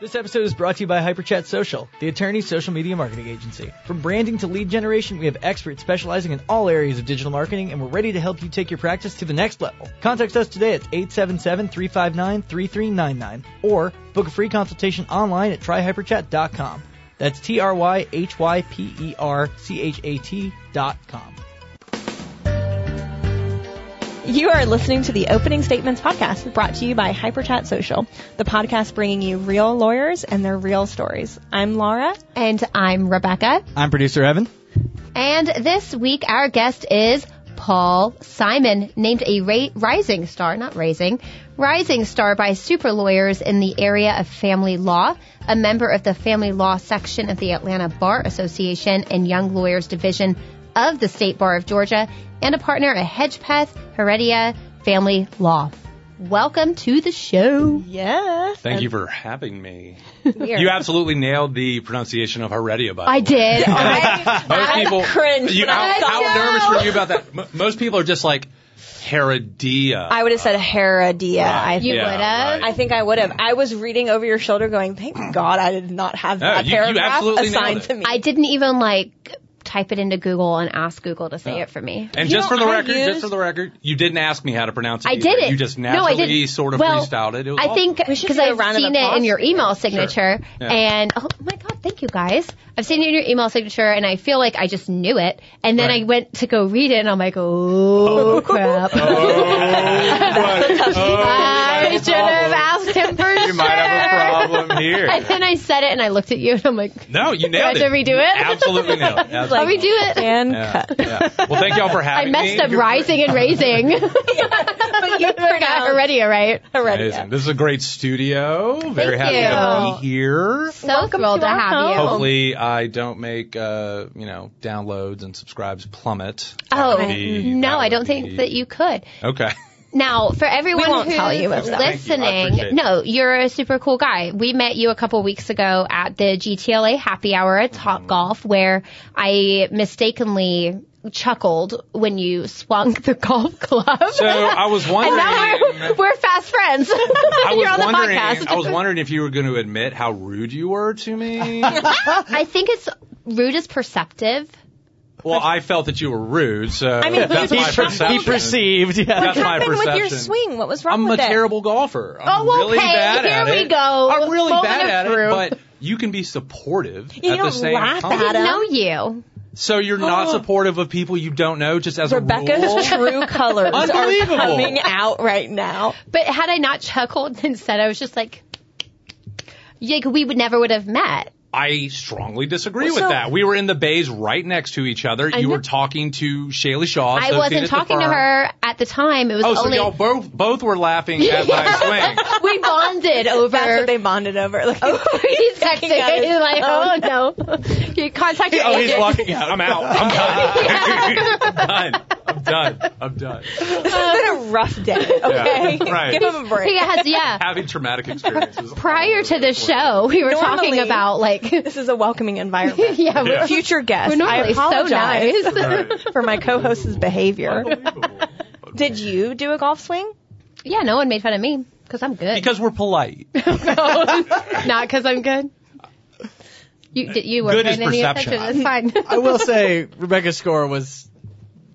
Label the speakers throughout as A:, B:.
A: This episode is brought to you by HyperChat Social, the attorney's social media marketing agency. From branding to lead generation, we have experts specializing in all areas of digital marketing, and we're ready to help you take your practice to the next level. Contact us today at 877-359-3399 or book a free consultation online at tryhyperchat.com. That's E T-R-Y-H-Y-P-E-R-C-H-A-T dot com.
B: You are listening to the Opening Statements podcast brought to you by HyperChat Social, the podcast bringing you real lawyers and their real stories. I'm Laura.
C: And I'm Rebecca.
A: I'm producer Evan.
C: And this week, our guest is Paul Simon, named a ra- rising star, not raising, rising star by super lawyers in the area of family law, a member of the family law section of the Atlanta Bar Association and Young Lawyers Division of the State Bar of Georgia, and a partner at Hedgepeth Heredia Family Law. Welcome to the show.
B: Yes.
D: Thank you for having me. You absolutely nailed the pronunciation of Heredia, by the
C: I
D: way.
C: did.
D: Most
B: I
D: people,
B: cringed
D: You,
B: when I
D: how,
B: saw
D: how
C: that.
D: nervous were you about that? M- most people are just like Heredia.
B: I would have said Herodia. I
C: You
B: think.
D: Yeah,
C: would have.
D: right.
B: I think I would have. I was reading over your shoulder going, thank God I did not have
D: No,
B: that
D: you- you
B: paragraph
D: absolutely
B: assigned
D: nailed it.
B: to me.
C: I didn't even like type it into Google and ask Google to say it for me.
D: and
B: You
D: just
B: know,
D: for the
B: I
D: record,
B: used-
D: just for the record, you didn't ask me how to pronounce it.
C: I
D: either.
C: did it.
D: You just
C: No, I
D: naturally
C: didn't.
D: sort of
C: Well,
D: freestyled it. it was
C: I think
D: awesome.
B: should
C: because
B: do a
C: I've
B: round of
C: seen it in your
B: applause.
C: email signature,
D: Yeah.
C: and oh my god, thank you guys. I've seen it in your email signature, and I feel like I just knew it. And then
D: Right.
C: I went to go read it, and I'm like, oh, crap. Oh,
D: Oh,
C: I should have asked him for sure.
D: you might have a problem here.
C: And then I said it, and I looked at you, and I'm like,
D: No, you nailed
C: Do I
D: it.
C: redo
D: You
C: it?
D: Absolutely nailed it.
C: let me
D: Absolutely.
C: do it.
B: and
D: yeah,
B: cut.
D: yeah. Well, thank y'all for
C: I
D: having me.
C: messed up rising and raising.
B: But you
C: Forgot already, right?
D: Amazing. This is a great studio. Very
C: Thank
D: happy
C: you.
D: to be here.
C: So thrilled to
B: our
C: have
B: home.
C: you.
D: Hopefully, I don't make uh, you know downloads and subscribes plummet. That
C: Oh
D: would be-
C: no,
D: that
C: I
D: would
C: don't
D: be-
C: think that you could.
D: Okay.
C: Now, for everyone
B: won't
C: who's
B: tell you if that-
D: Thank you. I
C: listening,
D: appreciate it.
C: no, you're a super cool guy. We met you a couple weeks ago at the GTLA happy hour at
D: Mm-hmm.
C: Top Golf, where I mistakenly chuckled when you swung the golf club.
D: So I was wondering.
C: now we're, we're fast friends.
D: I was
C: you're on the
D: wondering.
C: podcast.
D: I was wondering if you were going to admit how rude you were to me.
C: I think it's rude is perceptive.
D: well, I felt that you were rude, so
B: mean, you-
D: that's my
B: He per- he
D: perception.
A: He perceived, yeah.
D: That's
B: What
D: my
B: happened with
D: perception.
B: your swing? What was wrong
D: I'm
B: with
D: a
B: it?
D: terrible golfer. I'm
C: Oh, well,
D: really
C: okay,
D: bad
C: here
D: at
C: we
D: it.
C: go.
D: I'm really
C: Moment
D: bad
C: of
D: at
C: truth.
D: it, but you can be supportive
B: You
D: at the
B: don't
D: same
B: laugh
D: time.
B: at
C: I
B: him.
C: know you.
D: So you're not
C: Oh.
D: supportive of people you don't know just as a rule?
B: Rebecca's true colors are
D: Unbelievable.
B: coming out right now.
C: But had I not chuckled instead, I was just like, like we would never would have met.
D: I strongly disagree
B: Well,
D: with
B: so-
D: that. We were in the bays right next to each other. you
C: know.
D: were talking to Shayla Shaw.
C: I
D: associate
C: wasn't
D: at the
C: talking to
D: firm.
C: her at the time. It was
D: Oh, so
C: only
D: y'all both both were laughing at my swing.
C: we bonded
B: That's
C: over. Oh,
B: what they bonded over. Like,
C: He's
B: Looking
C: texting
B: at
C: me. He's
B: his
C: like, oh no. You contact your
D: Oh, he's
C: agent.
D: walking out. I'm out. I'm done. I'm done. I'm done.
B: this has been a rough day. Okay,
D: right.
B: give him a break.
C: He has, yeah.
D: Having traumatic experiences.
C: Prior to the show, we were
B: Normally-
C: talking about like,
B: This is a welcoming environment.
C: yeah, we're,
B: Future guest,
C: we're
B: I
C: normally so
B: apologize
C: nice.
B: for my co-host's behavior.
D: Unbelievable.
B: Did you do a golf swing?
C: Yeah, no one made fun of me because I'm good.
D: Because we're polite.
C: Not because I'm good. You did you were
D: Good is
C: paying any
D: perception.
C: attention? It's fine.
A: I will say Rebecca's score was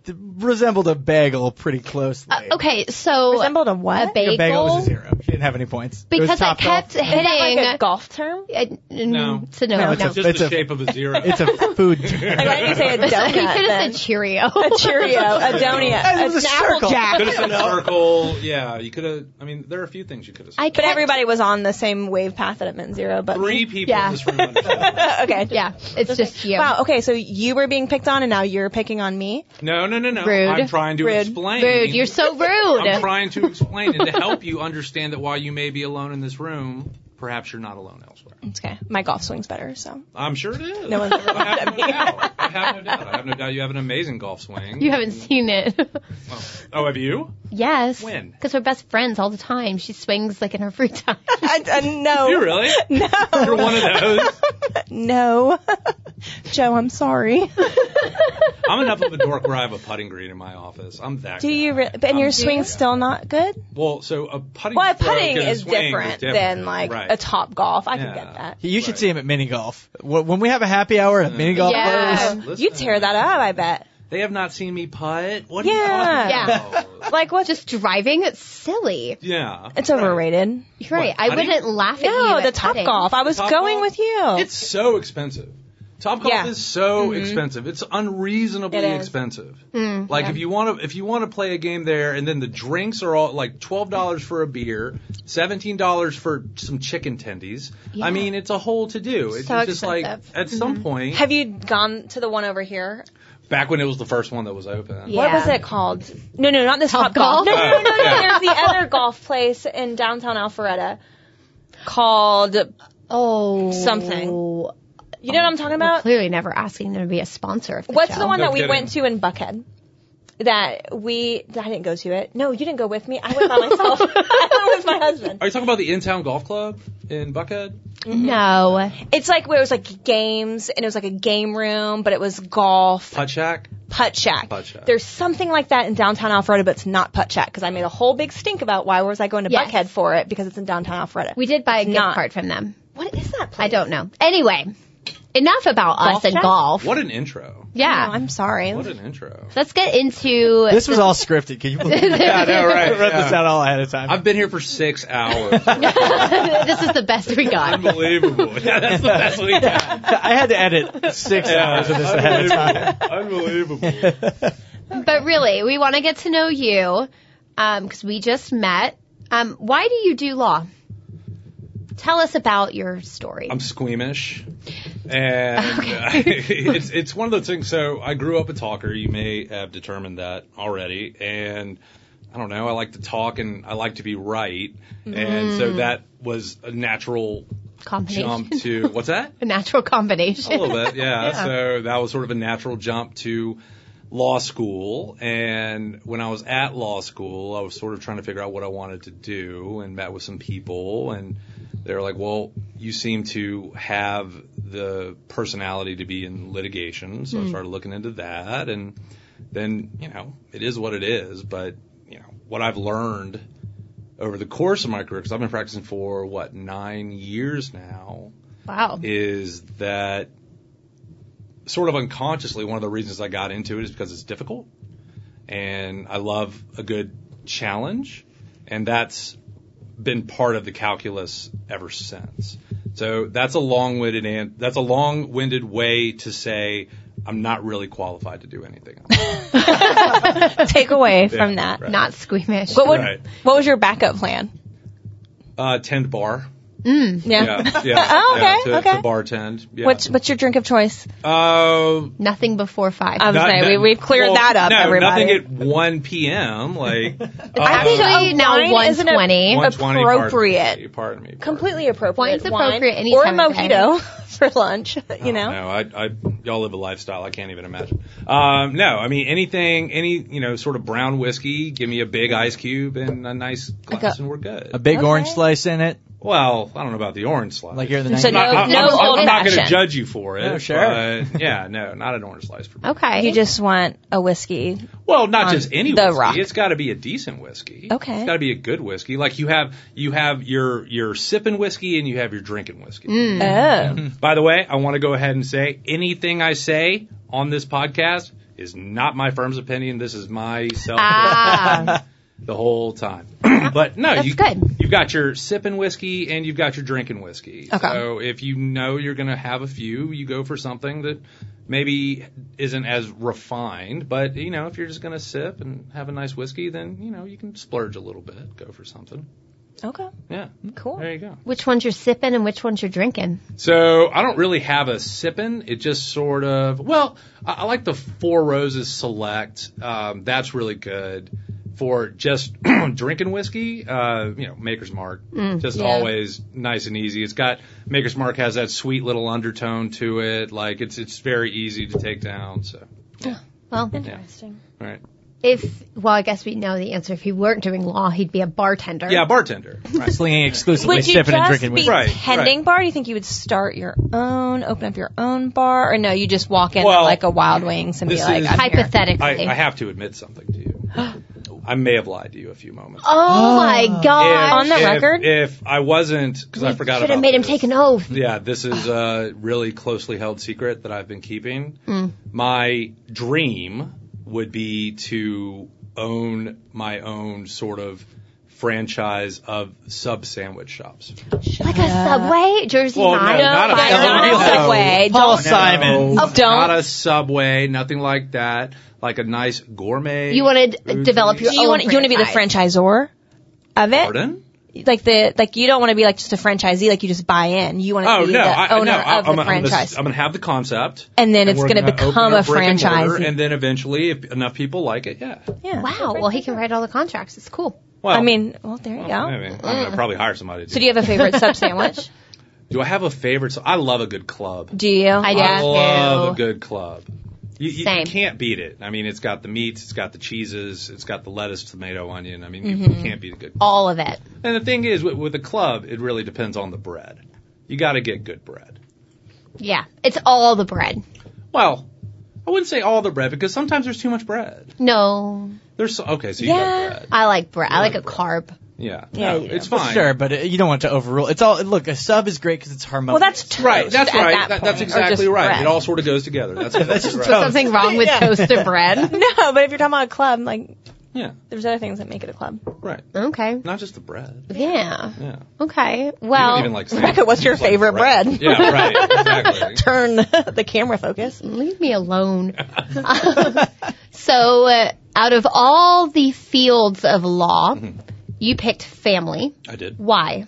A: resembled a bagel pretty closely.
C: Uh, okay, so
B: Resembled a
C: a
B: what?
C: bagel.
A: A bagel was a zero. She didn't have any points. It was
C: Because I
A: top golf.
C: kept hitting. uh,
B: Like a golf term?
C: no.
D: No.
C: So no,
A: No,
C: no.
A: it's a-
D: Just
A: It's
D: the shape of a zero.
A: It's a food.
B: Like, why didn't you say a donut?
C: you could
B: then?
C: have said Cheerio.
B: a Cheerio, a donut,
A: It
B: a
A: was a
B: apple
A: circle.
B: jack.
D: Could have said circle. Yeah, you could have. I mean, there are a few things you could have said.
C: I
B: But
C: kept-
B: everybody was on the same wave path at Mint Zero. But
D: Three people
C: Yeah.
D: in this room. understand.
B: okay.
C: Yeah, it's just you.
B: Wow. Okay. So you were being picked on, and now you're picking on me.
D: No, no, no, no.
C: Rude.
D: I'm trying to
B: Rude.
D: explain.
C: Rude. You're so
D: I'm
C: rude.
D: trying to explain and to help you understand that while you may be alone in this room, perhaps you're not alone elsewhere.
B: It's okay. My golf swing's better. So
D: I'm sure it is.
B: No one's ever
D: I
B: laughed
D: have
B: at
D: no
B: me.
D: doubt. I have no doubt. I have no doubt. You have an amazing golf swing.
C: You haven't seen it.
D: Well, oh, have you?
C: yes.
D: When?
C: Because we're best friends all the time. She swings like in her free time.
B: I, I, no.
D: You really?
B: No.
D: You're one of those.
B: No. Joe, I'm sorry.
D: I'm enough of a dork where I have a putting green in my office. I'm that.
B: Do
D: guy.
B: you? Re- and
D: I'm-
B: your swing's still not good.
D: Well, so a putting.
B: Well,
D: stroke
B: putting
D: and a
B: is
D: swing
B: different,
D: different
B: than like
D: right.
B: a top golf. I can
D: Yeah.
B: get that.
A: You should see him at mini golf. Wh- When we have a happy hour at mini golf
C: Yeah.
A: place,
D: Listen.
B: you tear that up. I bet.
D: They have not seen me putt. What
B: Yeah.
D: are you talking about?
B: Like what?
C: Just driving, it's silly.
D: yeah.
B: It's overrated.
C: You're right.
D: What,
C: I
D: putting?
C: wouldn't laugh at you.
B: No,
C: at
B: the top
C: putting.
B: golf. I was
D: Top
B: going
D: golf?
B: with you.
D: It's so expensive. Top golf
B: Yeah. Mm-hmm.
D: is so expensive. It's unreasonably
B: It is. Mm,
D: expensive. like if you want to if you want to play a game there and then the drinks are all like $12 for a beer, $17 for some chicken tendies. I mean, it's a whole to do. It's
C: So
D: just
C: expensive.
D: like at some point
B: Mm-hmm. Have you gone to the one over here?
D: back when it was the first one that was open.
C: Yeah.
B: What was it called? No, no, not this top, golf.
C: Golf?
B: No, no, no, no, no.
D: Yeah.
B: There's the other golf place in downtown Alpharetta called. You
C: Oh,
B: Something. know what I'm talking
C: We're
B: about?
C: clearly never asking them to be a sponsor. Of the
B: What's
C: show.
B: the one
D: No
B: that we
D: kidding.
B: went to in Buckhead? That we, I didn't go to it. No, you didn't go with me. I went by myself. I went with my husband.
D: Are you talking about the in-town golf club in Buckhead?
C: No.
B: It's like where it was like games and it was like a game room, but it was golf,
D: Putt Shack?
B: putt shack.
D: Putt shack.
B: There's something like that in downtown Alpharetta, but it's not putt shack because I made a whole big stink about why was I going to
C: Yes.
B: Buckhead for it because it's in downtown Alpharetta.
C: We did buy a gift
B: not.
C: card from them.
B: what is that place?
C: I don't know. Anyway, enough about us
B: Golf
C: and
B: chat?
C: golf.
D: What an intro.
C: Yeah.
B: No, I'm sorry.
D: What an intro.
C: Let's get into
A: this was all scripted. Can you believe it?
D: Yeah, no,
A: I
D: right.
A: wrote this out all ahead of time.
D: I've been here for 6 hours.
C: this is the best we got.
D: Unbelievable. Yeah, that's the best we got.
A: I had to edit six hours of this ahead of time.
D: Unbelievable.
C: But really, we want to get to know you because we just met. Um, why do you do law? Tell us about your story.
D: I'm squeamish, and uh, it's it's one of those things. So I grew up a talker. You may have determined that already, and I don't know. I like to talk, and I like to be right, and so that was a natural
C: combination.
D: jump to what's that?
C: A natural
D: a
C: combination.
D: little bit, yeah. So that was sort of a natural jump to law school. And when I was at law school, I was sort of trying to figure out what I wanted to do and met with some people. And they were like, well, you seem to have the personality to be in litigation. So I started looking into that. And then, you know, it is what it is. But, you know, what I've learned over the course of my career, because I've been practicing for, what, nine years now
B: Oh,
C: Wow.
D: is that sort of unconsciously one of the reasons I got into it is because it's difficult and I love a good challenge and that's been part of the calculus ever since. So that's a long-winded and that's a long-winded way to say I'm not really qualified to do anything. else.
B: Take away from that.
D: right.
C: Not squeamish.
B: What would,
D: Right.
B: what was your backup plan?
D: Uh, tend bar.
B: Yeah.
D: Yeah, yeah.
B: Oh,
D: yeah,
B: okay,
D: to,
B: okay.
D: to bartend. Yeah.
B: What's what's your drink of choice?
D: uh,
C: Nothing before five.
B: I was
D: Not-
B: saying
D: not-
B: we we've cleared
D: well,
B: that up,
D: no,
B: everybody.
D: Nothing at 1 p.m. Like uh,
C: Actually,
B: a
C: now
B: wine isn't a-
C: 120.
D: 120,
B: Appropriate.
D: Pardon me. Pardon me.
B: Completely appropriate.
C: Wine's appropriate
B: Wine
C: any
B: or a
C: time of day.
B: mojito for lunch. You know.
D: Oh, No, I, I, y'all live a lifestyle I can't even imagine. Um, no, I mean anything, any you know sort of brown whiskey. Give me a big ice cube and a nice glass,
B: got-
D: and we're good.
A: A big
B: Okay.
A: orange slice in it,
D: well, I don't know about the orange slice.
A: like you're in the
B: So
A: 90s.
B: no-
D: I, am
B: no old
D: not going to
B: fashioned.
D: judge you for it.
A: No, sure.
D: but, yeah, no, not an orange slice for me.
C: Okay.
B: You just want a whiskey.
D: Well, not
B: on
D: just any
B: the
D: whiskey.
B: rock.
D: It's got to be a decent whiskey.
B: Okay.
D: It's got to be a good whiskey. Like you have you have your your sipping whiskey and you have your drinking whiskey.
C: Hmm.
B: Oh.
D: By the way, I want to go ahead and say anything I say on this podcast is not my firm's opinion. This is my self
C: Ah.
D: the whole time. but no, you,
C: good.
D: you've got your sipping whiskey and you've got your drinking whiskey.
B: Okay.
D: So if you know you're going to have a few, you go for something that maybe isn't as refined. But, you know, if you're just going to sip and have a nice whiskey, then, you know, you can splurge a little bit, go for something.
B: Okay.
D: Yeah.
B: Cool.
D: There you go.
C: which ones you're sipping and which ones you're drinking?
D: So I don't really have a sipping. It just sort of well, I, I like the Four Roses Select. Um, that's really good for just drinking whiskey. Uh, you know, Maker's Mark,
C: Mm,
D: just always nice and easy. It's got Maker's Mark has that sweet little undertone to it. Like it's it's very easy to take down. So
C: Well,
D: Interesting. all right,
C: If well, I guess we know the answer. If he weren't doing law, he'd be a bartender.
D: Yeah, bartender. Right.
A: Slinging exclusively,
B: Would you
A: sipping and
B: just
A: drinking
B: be
A: with.
D: Right,
B: pending
D: right.
B: bar? Do you think you would start your own, open up your own bar, or no? You just walk in
D: Well,
B: like a Wild Wings and be
D: this
B: like,
D: is-
B: I'm here.
D: I,
C: hypothetically.
D: I have to admit something to you. I may have lied to you a few moments.
C: oh, my
D: If-
C: god!
B: Ah. On the
D: if-
B: record?
D: If I wasn't, because I forgot
C: Should
D: about
C: have made him
D: this.
C: take an oath.
D: Yeah, this is a really closely held secret that I've been keeping.
B: Hmm.
D: My dream would be to own my own sort of franchise of sub sandwich shops.
C: Like a Subway, Jersey
D: Well, no,
C: Mike.
D: not a
B: By
D: Subway.
B: not
D: No.
B: a Subway.
A: Oh, Paul
B: Don't-
A: Simon.
D: No,
B: Oh, Don't-
D: Not a Subway, nothing like that. Like a nice gourmet.
C: You want to
D: food
C: develop
D: place.
C: your
B: Do you
C: own
B: want you want to be the franchisor of it?
D: Pardon?
B: Like the like you don't want to be like just a franchisee. Like you just buy in. You want to
D: Oh
B: be
D: no!
B: the
D: I,
B: owner
D: no, I-
B: of
D: I'm,
B: the
D: I'm gonna,
B: franchise,
D: I'm gonna have the concept,
B: and then it's
D: we're
B: going to
D: gonna open
B: become a
D: brick and mortar,
B: franchisee.
D: and then eventually, if enough people like it, yeah.
B: yeah.
C: Wow. Well, he can write all the contracts. It's cool.
D: Well,
B: I mean, well, there you go.
D: I mean, Oh, I'm gonna probably hire somebody. To
B: Mm. So do you have a favorite sub sandwich?
D: Do I have a favorite? So I love a good club.
B: Do you? I
D: I
C: do.
D: love a good club. You, you
C: Same.
D: can't beat it. I mean, it's got the meats, it's got the cheeses, it's got the lettuce, tomato, onion. I mean, you,
B: Mm-hmm.
D: you can't beat a good.
C: All of it.
D: And the thing is, with, with a club, it really depends on the bread. You got to get good bread.
C: Yeah. It's all the bread.
D: Well, I wouldn't say all the bread because sometimes there's too much bread.
C: No,
D: There's so, okay, so you
B: Yeah.
D: got bread.
C: I like bread. I like a carb.
D: Yeah,
B: Yeah,
D: no,
B: yeah.
D: it's
A: Well,
D: fine.
A: Sure, but uh, you don't want to overrule. It's all look. A sub is great because it's harmonious.
B: Well, that's toast
D: Right, that's
B: at
D: right.
B: that
D: That-
B: point,
D: that's
B: or
D: exactly
B: just
D: right.
B: bread.
D: It all sort of goes together. That's, that's
A: just
D: right.
A: toast.
C: Something wrong with
A: Yeah.
C: toasted bread.
B: No, but if you're talking about a club, like
D: Yeah,
B: there's other things that make it a club.
D: right.
C: Okay.
D: Not just the bread.
C: Yeah.
D: Yeah.
C: Okay.
D: You
C: Well,
D: don't even like
B: Rebecca, what's your
D: sandwiches, like
B: favorite bread?
D: Yeah, right. Exactly.
B: Turn the camera focus.
C: leave me alone. so, uh, out of all the fields of law,
D: Mm-hmm.
C: you picked family.
D: I did.
C: Why?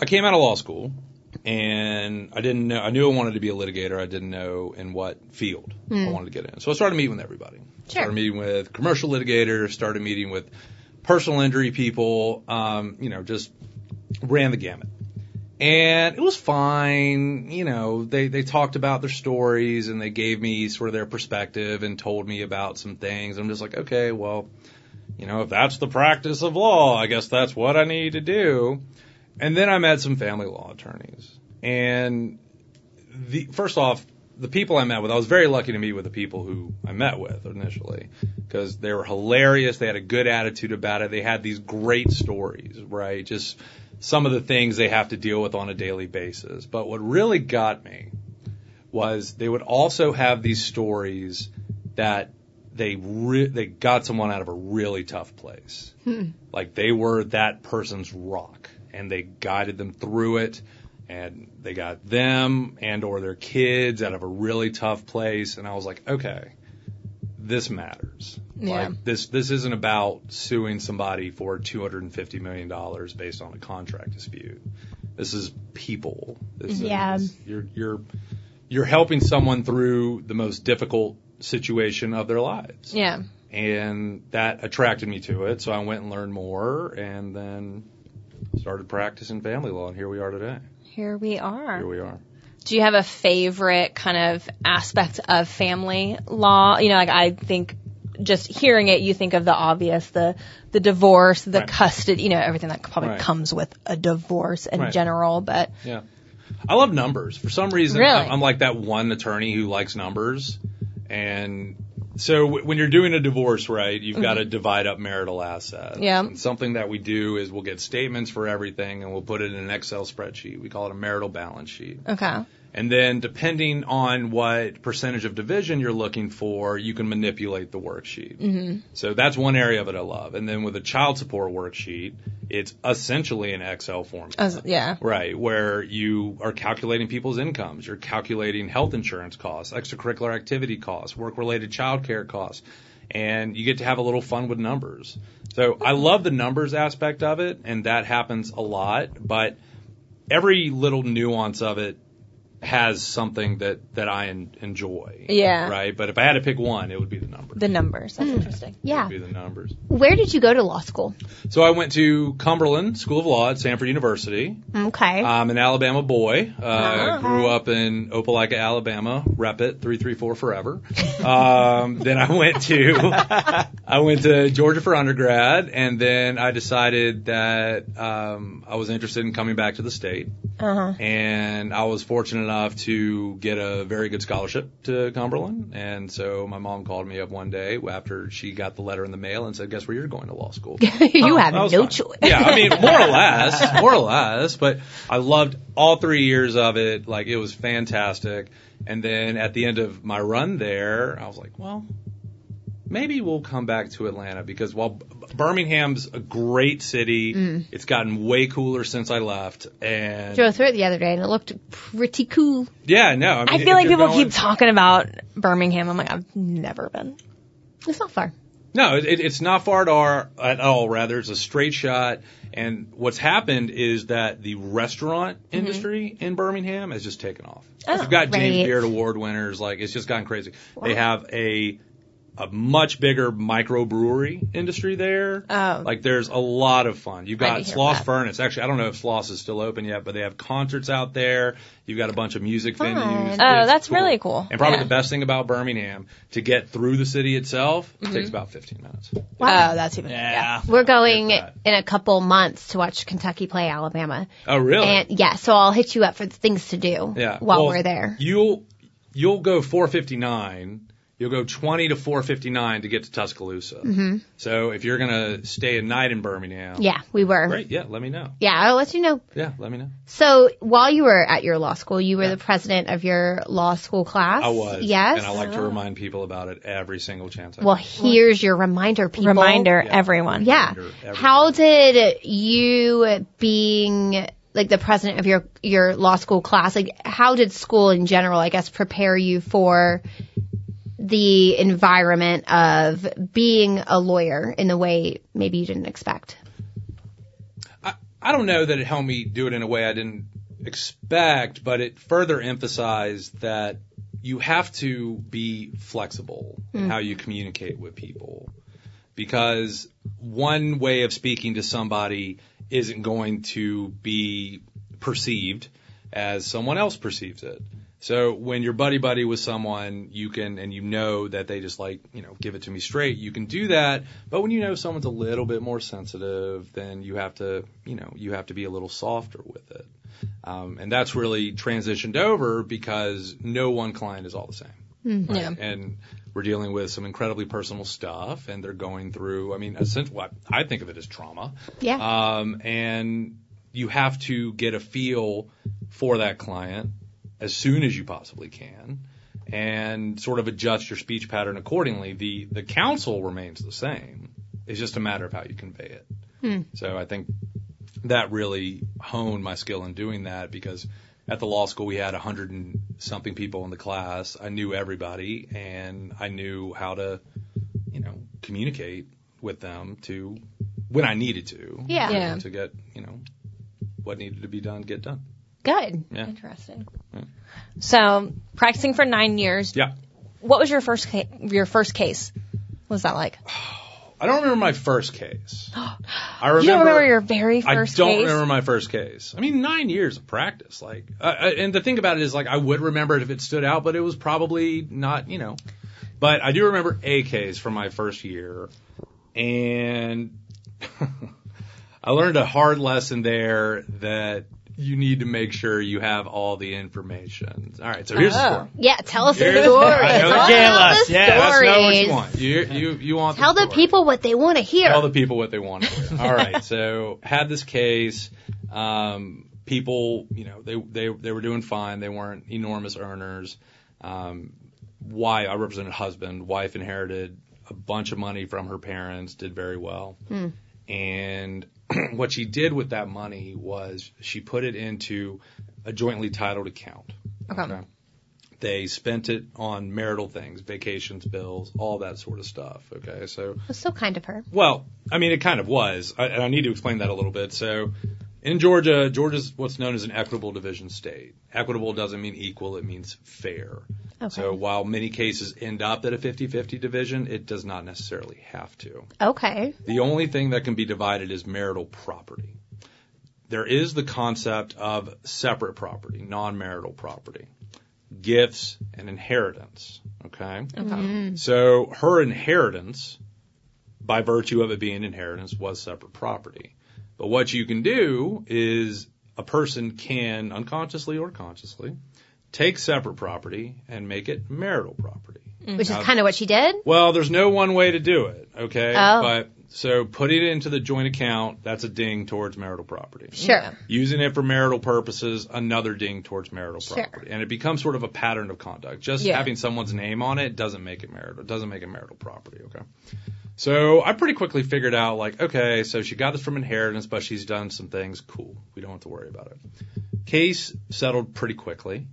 D: I came out of law school and I didn't know, I knew I wanted to be a litigator. I didn't know in what field I wanted to get in. So I started meeting with everybody. Started meeting with commercial litigators, started meeting with personal injury people, um, you know, just ran the gamut. And it was fine, you know, they, they talked about their stories and they gave me sort of their perspective and told me about some things. I'm just like, okay, well, you know, if that's the practice of law, I guess that's what I need to do. And then I met some family law attorneys. And the first off, the people I met with, I was very lucky to meet with the people who I met with initially because they were hilarious. They had a good attitude about it. They had these great stories, right? Just some of the things they have to deal with on a daily basis. But what really got me was they would also have these stories that they re- they got someone out of a really tough place. Like they were that person's rock and they guided them through it and they got them and or their kids out of a really tough place and I was like, okay, this matters.
B: Yeah.
D: Like this this isn't about suing somebody for 250 million dollars based on a contract dispute. This is people. This
C: Yeah.
D: is you're you're you're helping someone through the most difficult situation of their lives
B: Yeah.
D: and that attracted me to it. So I went and learned more, and then started practicing family law, and here we are today.
B: Here we
D: Here
B: are.
D: we are.
B: Do you have a favorite kind of aspect of family law? You know, like I think just hearing it, you think of the obvious, the the divorce, the
D: Right.
B: custody, you know, everything that probably
D: Right.
B: comes with a divorce in
D: Right.
B: general. But
D: Yeah, I love numbers. For some reason,
B: Really?
D: I- I'm like that one attorney who likes numbers, and so w- when you're doing a divorce, right, you've got to divide up marital assets.
B: Mm-hmm. Yeah.
D: And something that we do is we'll get statements for everything, and we'll put it in an Excel spreadsheet. We call it a marital balance sheet.
B: okay,
D: And then depending on what percentage of division you're looking for, you can manipulate the worksheet. So that's one area of it I love. And then with a child support worksheet, it's essentially an Excel format.
B: As- yeah,
D: Right, where you are calculating people's incomes, you're calculating health insurance costs, extracurricular activity costs, work-related childcare costs, and you get to have a little fun with numbers. So I love the numbers aspect of it, and that happens a lot, but every little nuance of it has something that that I en- enjoy.
B: Yeah.
D: Right. But if I had to pick one, it would be the numbers.
B: The numbers. That's interesting.
C: Yeah.
D: It would be the numbers.
C: Where did you go to law school?
D: So I went to Cumberland School of Law at Sanford University.
C: Okay.
D: I'm an Alabama boy. Uh, Grew up in Opelika, Alabama. Rep it three three four forever. Um, then I went to I went to Georgia for undergrad, and then I decided that um, I was interested in coming back to the state.
B: Uh-huh.
D: And I was fortunate enough to get a very good scholarship to Cumberland. And so my mom called me up one day after she got the letter in the mail and said, "Guess where you're going to law school."
C: you have
D: Oh, uh, That was
C: no
D: fine.
C: choice.
D: Yeah, I mean, more or less, more or less. But I loved all three years of it. Like it was fantastic. And then at the end of my run there, I was like, well, maybe we'll come back to Atlanta because while B- Birmingham's a great city, it's gotten way cooler since I left. And
C: Drove through it the other day and it looked pretty cool.
D: yeah, no, I, mean,
B: I
D: if
B: feel like
D: you're
B: people
D: going-
B: keep talking about Birmingham. I'm like, I've never been.
C: It's not far.
D: No, it, it- it's not far at all, at all. Rather, it's a straight shot. And what's happened is that the restaurant
B: Mm-hmm.
D: industry in Birmingham has just taken off.
B: Oh,
D: You've got James
C: right.
D: Beard Award winners. Like it's just gotten crazy. They have a a much bigger microbrewery industry there.
B: Oh.
D: Like there's a lot of fun. You've
B: I
D: got
B: didn't hear
D: Sloss
B: that.
D: Furnace. Actually, I don't know if Sloss is still open yet, but they have concerts out there. You've got a bunch of music
C: Fun.
D: venues.
B: Oh,
D: It's
B: that's really cool.
D: And probably
B: Yeah.
D: the best thing about Birmingham to get through the city itself it
C: Mm-hmm.
D: takes about 15 minutes. Uh,
B: Oh, that's even.
C: We're going
D: Get that.
C: in a couple months to watch Kentucky play Alabama.
D: Oh, really?
C: And yeah, so I'll hit you up for things to do
D: yeah.
C: while
D: Well,
C: we're there.
D: You'll you'll go 459. You'll go 20 to 459 to get to Tuscaloosa. So if you're gonna stay a night in Birmingham,
C: Mm-hmm. Yeah, we were.
D: great. Yeah, let me know.
C: Yeah, I'll let you know.
D: Yeah, let me know.
C: So while you were at your law school, you were the president of your law school class.
D: I was.
C: Yes.
D: And I like to remind people about it every single chance. I
C: well, here's your reminder, people.
B: Reminder,
D: Yeah.
B: everyone.
C: Yeah.
D: Reminder, everyone.
C: How did you being like the president of your your law school class, like how did school in general, I guess, prepare you for the environment of being a lawyer in the way maybe you didn't expect?
D: I, I don't know that it helped me do it in a way I didn't expect, but it further emphasized that you have to be flexible in how you communicate with people because one way of speaking to somebody isn't going to be perceived as someone else perceives it. So when you're buddy buddy with someone, you can and you know that they just like, you know, give it to me straight, you can do that. But when you know someone's a little bit more sensitive, then you have to, you know, you have to be a little softer with it. Um, and that's really transitioned over because no one client is all the same. Right.
B: Yeah.
D: And we're dealing with some incredibly personal stuff, and they're going through, I mean, essentially, what I think of it as trauma.
C: Yeah.
D: Um, and you have to get a feel for that client as soon as you possibly can and sort of adjust your speech pattern accordingly. The, the counsel remains the same. It's just a matter of how you convey it. So I think that really honed my skill in doing that because at the law school we had a hundred and something people in the class. I knew everybody and I knew how to, you know, communicate with them to when I needed to.
C: Yeah.
B: Yeah.
D: To get, you know, what needed to be done, get done.
C: Good.
D: Yeah.
B: Interesting. So practicing for nine years.
D: Yeah.
B: What was your first ca- your first case? What was that like?
D: I don't remember my first case. I remember
B: you don't remember your very first
D: I don't
B: case?
D: remember my first case. I mean, nine years of practice. Like, uh, uh, and the thing about it is, like, I would remember it if it stood out, but it was probably not, you know. But I do remember a case from my first year, and I learned a hard lesson there that you need to make sure you have all the information. All right, so here's the
B: Oh.
D: story.
C: Yeah, tell us the
D: Here's-
C: story.
D: I know
C: Tell
D: the
A: jail
C: us
A: us.
C: the
A: Yeah,
D: Let's know what
C: stories.
D: you want. You you you want
C: Tell the
D: story.
C: people what they want to hear.
D: Tell the people what they want. to hear. All right. So had this case. Um, people, you know, they they they were doing fine. They weren't enormous earners. Um, why I represented husband, wife inherited a bunch of money from her parents, did very well. And what she did with that money was she put it into a jointly titled account.
B: Okay.
D: They spent it on marital things, vacations, bills, all that sort of stuff. Okay. So
C: It was so kind of her.
D: well, I mean, it kind of was, I, and I need to explain that a little bit. So, in Georgia, Georgia's what's known as an equitable division state. Equitable doesn't mean equal, it means fair.
C: Okay.
D: So while many cases end up at a 50-50 division, it does not necessarily have to.
C: Okay.
D: The only thing that can be divided is marital property. There is the concept of separate property, non-marital property, gifts and inheritance, okay? So her inheritance, by virtue of it being inheritance, was separate property. But what you can do is a person can unconsciously or consciously take separate property and make it marital property.
C: Which is
D: Now-
C: kind of what she did.
D: Well, there's no one way to do it, okay?
C: Oh.
D: But so putting it into the joint account, that's a ding towards marital property.
C: Sure.
B: Yeah.
D: Using it for marital purposes, another ding towards marital
C: Sure.
D: property. And it becomes sort of a pattern of conduct. Just
B: Yeah.
D: having someone's name on it doesn't make it marital. Doesn't make it marital property, okay? So I pretty quickly figured out like, okay, so she got this from inheritance, but she's done some things. Cool. We don't have to worry about it. Case settled pretty quickly.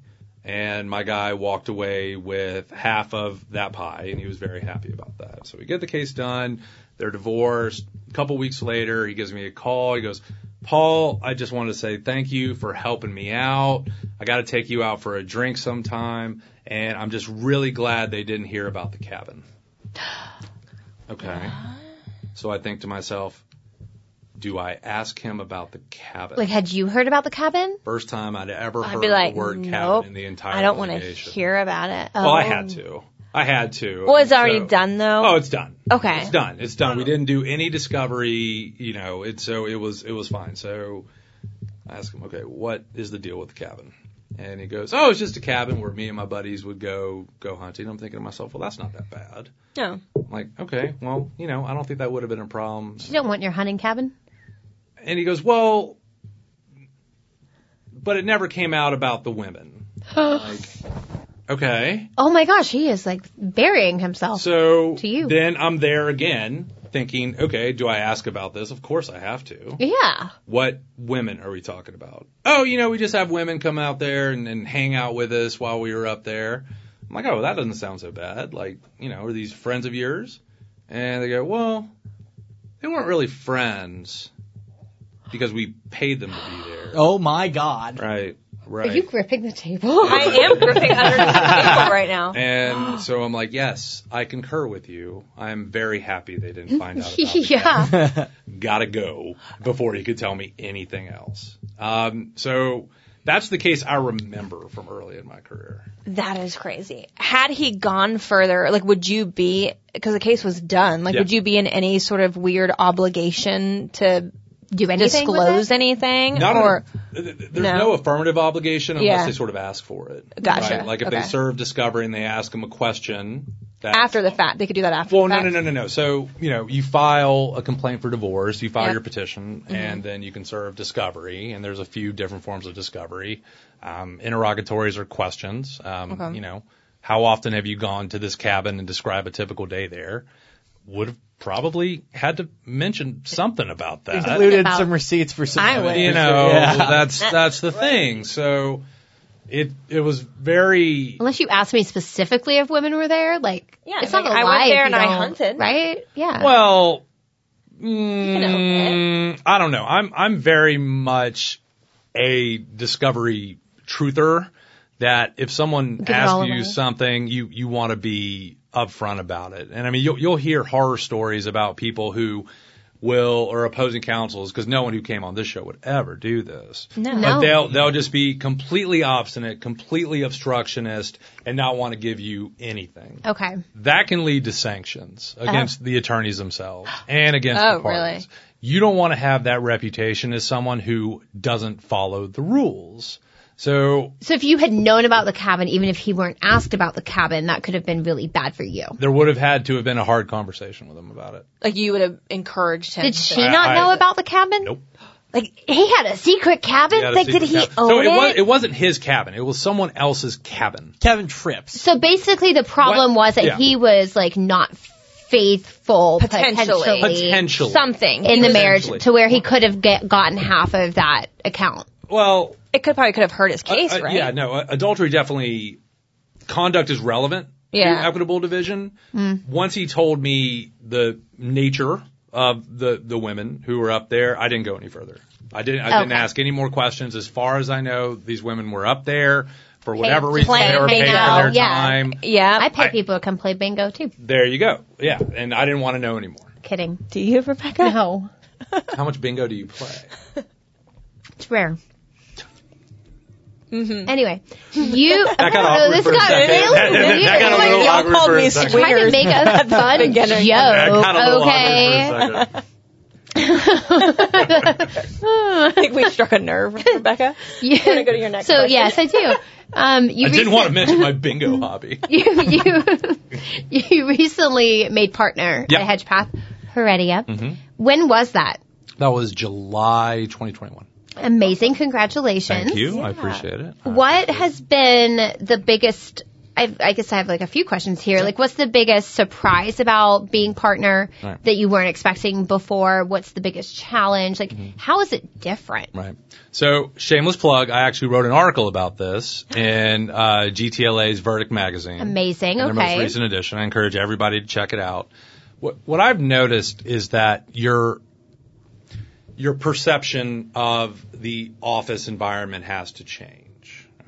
D: And my guy walked away with half of that pie, and he was very happy about that. So we get the case done. They're divorced. A couple weeks later, he gives me a call. He goes, Paul, I just wanted to say thank you for helping me out. I got to take you out for a drink sometime, and I'm just really glad they didn't hear about the cabin. Okay. So I think to myself, do I ask him about the cabin?
C: Like, had you heard about the cabin?
D: First time I'd ever
B: I'd
D: heard
B: be like,
D: the word
B: nope.
D: cabin in the entire
B: I don't want to
D: litigation.
B: hear about it.
D: Well, I
B: Oh.
D: had to. I had to.
B: Well, it's
D: So-
B: already done Oh. though.
D: Oh, it's done.
B: Okay.
D: It's done. It's done. We didn't do any discovery, you know, and so it was it was fine. So I asked him, okay, what is the deal with the cabin? And he goes, oh, it's just a cabin where me and my buddies would go go hunting. I'm thinking to myself, well, that's not that bad.
B: No.
D: I'm like, okay, well, you know, I don't think that would have been a problem.
C: You don't want your hunting cabin.
D: And he goes, well, but it never came out about the women. like, okay.
C: Oh my gosh, he is like burying himself.
D: So
C: To you.
D: then I'm there again thinking, okay, do I ask about this? Of course I have to.
C: yeah.
D: What women are we talking about? Oh, you know, we just have women come out there and, and hang out with us while we were up there. I'm like, oh, that doesn't sound so bad. Like, you know, are these friends of yours? And they go, well, they weren't really friends because we paid them to be there.
A: Oh my God.
D: Right. Right.
C: Are you gripping the table?
B: I am gripping under the table right now.
D: and so I'm like, yes, I concur with you. I'm very happy they didn't find out. About the
C: yeah.
D: gotta go before he could tell me anything else. Um, so that's the case I remember from early in my career.
B: That is crazy. Had he gone further, like, would you be, because the case was done, like,
D: Yeah.
B: would you be in any sort of weird obligation to
C: Do anything with
B: disclose
C: it?
B: anything?
D: Not an-
B: or,
D: th- th- there's
B: No.
D: no, affirmative obligation unless
B: Yeah.
D: they sort of ask for it.
B: Gotcha.
D: Right? Like if
B: Okay.
D: they serve discovery and they ask him a question. That,
B: after the fact, they could do that after
D: Well,
B: the
D: no,
B: fact.
D: no, no, no, no. So you know, you file a complaint for divorce, you file
B: Yeah.
D: your petition, and then you can serve discovery. And there's a few different forms of discovery. Um, interrogatories or questions. Um,
B: Okay.
D: You know, how often have you gone to this cabin and describe a typical day there? Would have probably had to mention something about that
A: Included
C: About-
A: some receipts for some.
B: I would.
D: you
A: for sure.
D: know
A: Yeah.
D: that's that's the thing so it it was very
C: Unless you ask me specifically if women were there, like
B: Yeah,
C: it's
B: like,
C: not a
B: I
C: lie
B: went
C: if
B: there
C: you
B: and I
C: don't-
B: hunted.
C: right? Yeah.
D: well
B: own
D: mm, i don't know i'm i'm very much a discovery truther that if someone
C: it all
D: asks
C: away.
D: you something you you want to be upfront about it and i mean you'll you'll hear horror stories about people who will or opposing counsels because no one who came on this show would ever do this
C: No.
D: But they'll they'll just be completely obstinate, completely obstructionist, and not want to give you anything.
C: okay.
D: That can lead to sanctions
C: Uh-huh.
D: against the attorneys themselves and against
B: Oh,
D: the parties. You don't want to have that reputation as someone who doesn't follow the rules. So
C: So if you had known about the cabin, even if he weren't asked about the cabin, that could have been really bad for you.
D: there would have had to have been a hard conversation with them about it.
B: Like, you would have encouraged him.
C: Did
B: to-
C: she
D: I-
C: not
D: I-
C: know about the cabin?
D: Nope.
C: Like he had a secret cabin.
D: He had a
C: like did
D: secret
C: he
D: cabin.
C: own
D: so it,
C: it?
D: Was, it wasn't his cabin. It was someone else's cabin.
A: Kevin trips.
C: so basically, the problem
D: What-
C: was that
D: yeah.
C: he was like not faithful
B: Potentially.
C: potentially,
D: Potentially.
B: Something.
C: in the marriage
D: Potentially.
C: to where he could have get, gotten half of that account.
D: Well,
B: It could probably could have hurt his case,
D: Uh, uh,
B: right?
D: Yeah, no, uh, adultery definitely conduct is relevant.
B: Yeah.
D: To equitable division. Once he told me the nature of the the women who were up there. I didn't go any further. I didn't. I didn't
C: Okay.
D: ask any more questions. As far as I know, these women were up there for whatever reason.
B: playing
D: They were paid for
B: bingo.
D: their
C: Yeah.
D: time.
B: Yeah.
C: I pay
D: I-
C: people to come play bingo too.
D: There you go. Yeah, and I didn't want to know anymore.
C: Kidding.
B: Do you, Rebecca?
C: No,
D: How much bingo do you play?
C: it's rare.
B: Mm-hmm.
C: Anyway, you.
D: That got
C: Oh,
D: awkward
C: this
D: for a
C: got
D: second.
C: really
D: That- that-
C: weird.
D: that got a little
B: y'all
D: awkward
B: called
D: for a
B: me
D: second.
B: sweet.
C: Trying to make a fun
B: beginning.
C: joke.
D: That got a little
C: okay.
D: awkward for a second.
B: I think we struck a nerve, Rebecca.
C: You
B: wanna go to your next
C: So
B: question?
C: yes, I do. Um, you
D: I
C: recent-
D: didn't want to mention my bingo hobby.
C: you you you recently made partner
D: Yeah.
C: at Hedgepath Heredia.
D: Mm-hmm.
C: When was that?
D: That was July 2021.
C: Amazing! Congratulations.
D: Thank you. I appreciate it.
C: What has been the biggest? I, I guess I have like a few questions here. Like, what's the biggest surprise about being partner
D: Right.
C: that you weren't expecting before? What's the biggest challenge? Like, how is it different?
D: Mm-hmm. Right. So, shameless plug, I actually wrote an article about this in uh, GTLA's Verdict magazine.
C: Amazing.
D: in Their
C: Okay.
D: most recent edition. I encourage everybody to check it out. What what I've noticed is that your your perception of the office environment has to change.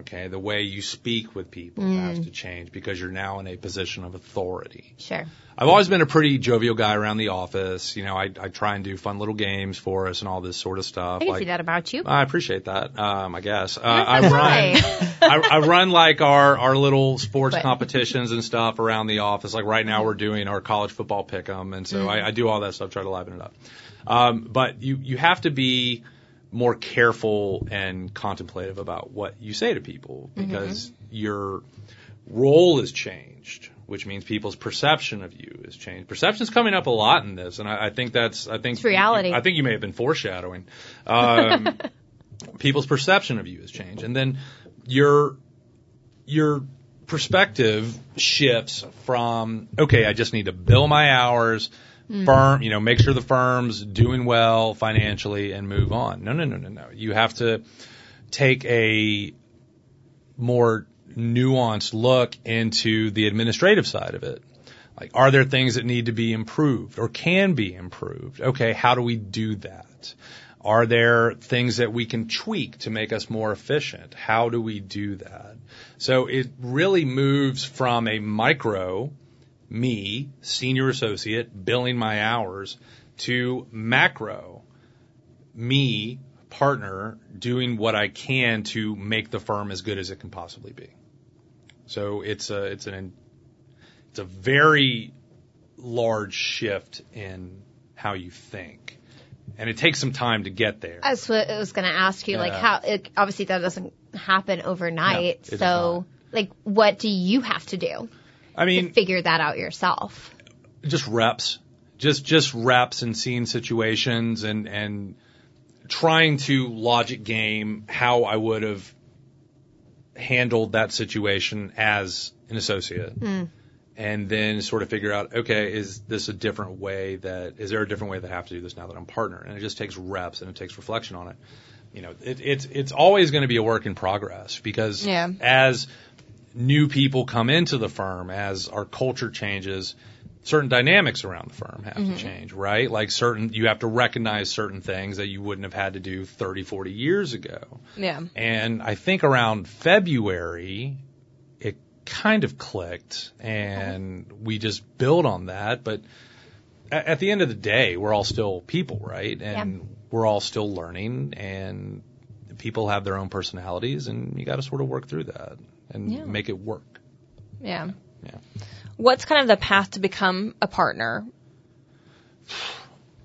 D: Okay, the way you speak with people has to change because you're now in a position of authority.
C: Sure.
D: I've always been a pretty jovial guy around the office. You know, I, I try and do fun little games for us and all this sort of stuff.
C: I can
D: like-
C: see that about you.
D: I appreciate that. Um, I guess uh,
C: You're
D: I
C: so
D: run. I, I run like our our little sports
C: But- Mm-hmm.
D: competitions and stuff around the office. Like right now, we're doing our college football pick'em, and so I, I do all that stuff, try to liven it up. Um, but you you have to be more careful and contemplative about what you say to people
C: Mm-hmm.
D: because your role is changed, which means people's perception of you is changed. Perception's coming up a lot in this, and I, I think that's I think
C: It's reality.
D: I think you may have been foreshadowing. Um, people's perception of you has changed, and then your your perspective shifts from okay, I just need to bill my hours, firm, you know, make sure the firm's doing well financially, and move on. No, no, no, no, no. You have to take a more nuanced look into the administrative side of it. Like, are there things that need to be improved or can be improved? Okay, how do we do that? Are there things that we can tweak to make us more efficient? How do we do that? So it really moves from a micro, me, senior associate, billing my hours, to macro, me, partner, doing what I can to make the firm as good as it can possibly be. So it's a it's an it's a very large shift in how you think, and it takes some time to get there.
C: That's what I was going to ask you. Like,
D: Yeah.
C: how it, obviously that doesn't happen
D: No, it
C: overnight.
D: does
C: so,
D: not.
C: like, what do you have to do to
D: I mean,
C: figure that out yourself?
D: just reps, just just reps and seeing situations and and trying to logic game how I would have handled that situation as an associate. And then sort of figure out, okay, is this a different way that, is there a different way that I have to do this now that I'm partner? And it just takes reps and it takes reflection on it. You know, it, it's, it's always going to be a work in progress because
B: Yeah.
D: as new people come into the firm, as our culture changes, certain dynamics around the firm have to change, right? Like certain, you have to recognize certain things that you wouldn't have had to do 30, 40 years ago.
B: Yeah.
D: And I think around February, it kind of clicked and we just build on that. But at, at the end of the day, we're all still people, right? And
C: Yeah.
D: we're all still learning and people have their own personalities and you got to sort of work through that and
B: Yeah.
D: make it work.
B: Yeah.
D: Yeah.
B: What's kind of the path to become a partner?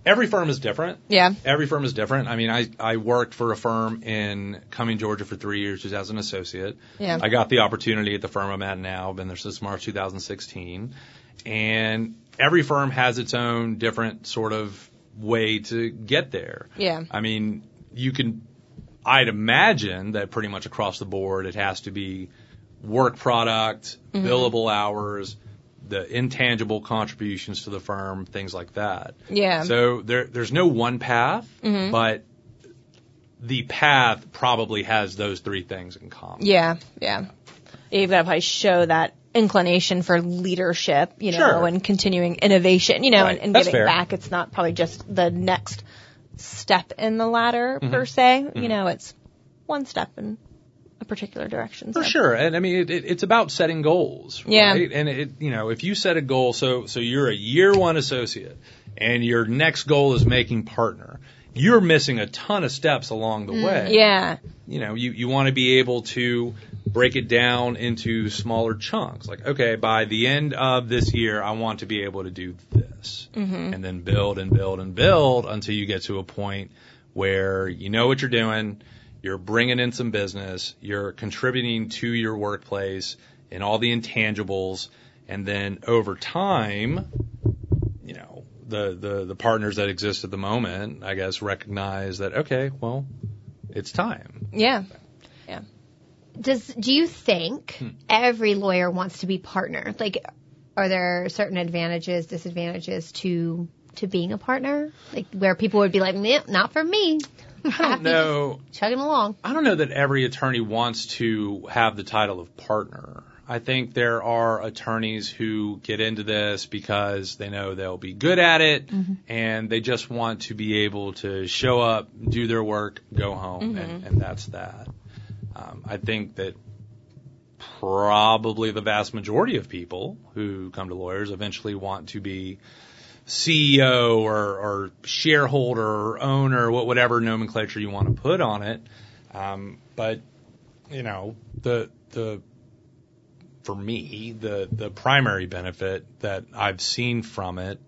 D: Every firm is different.
B: Yeah.
D: Every firm is different. I mean, I, I worked for a firm in Cumming, Georgia for three years just as an associate.
B: Yeah.
D: I got the opportunity at the firm I'm at now. I've been there since March 2016. And every firm has its own different sort of way to get there.
B: Yeah.
D: I mean, you can, I'd imagine that pretty much across the board it has to be work product,
B: Mm-hmm.
D: billable hours, the intangible contributions to the firm, things like that.
B: Yeah. Mm-hmm.
D: So there, there's no one path, but the path probably has those three things in common.
B: Yeah. Yeah. You've got to probably show that inclination for leadership, you know,
D: Sure.
B: and continuing innovation, you know,
D: Right.
B: and, and
D: That's
B: giving
D: fair.
B: back. It's not probably just the next step in the ladder
D: Mm-hmm.
B: per se. You know, it's one step in a particular direction.
D: For
B: so.
D: sure, and I mean it, it, it's about setting goals,
B: Yeah.
D: right? And it, you know, if you set a goal, so so you're a year one associate, and your next goal is making partner. You're missing a ton of steps along the way.
B: Mm-hmm. Yeah.
D: You know, you you want to be able to break it down into smaller chunks. Like, okay, by the end of this year, I want to be able to do this, mm-hmm. and then build and build and build until you get to a point where you know what you're doing, you're bringing in some business, you're contributing to your workplace and all the intangibles, and then over time, you know, the the the partners that exist at the moment, I guess, recognize that okay, well, it's time.
B: Yeah.
C: Does do you think
D: Hmm.
C: every lawyer wants to be partner? Like, are there certain advantages, disadvantages to to being a partner? Like where people would be like, "Meh, not for me.
D: I don't know.
C: Chugging along.
D: I don't know that every attorney wants to have the title of partner. I think there are attorneys who get into this because they know they'll be good at it and they just want to be able to show up, do their work, go home, and, and that's that. Um, I think that probably the vast majority of people who come to lawyers eventually want to be CEO or, or shareholder or owner, what whatever nomenclature you want to put on it. Um, but you know, the the for me, the the primary benefit that I've seen from it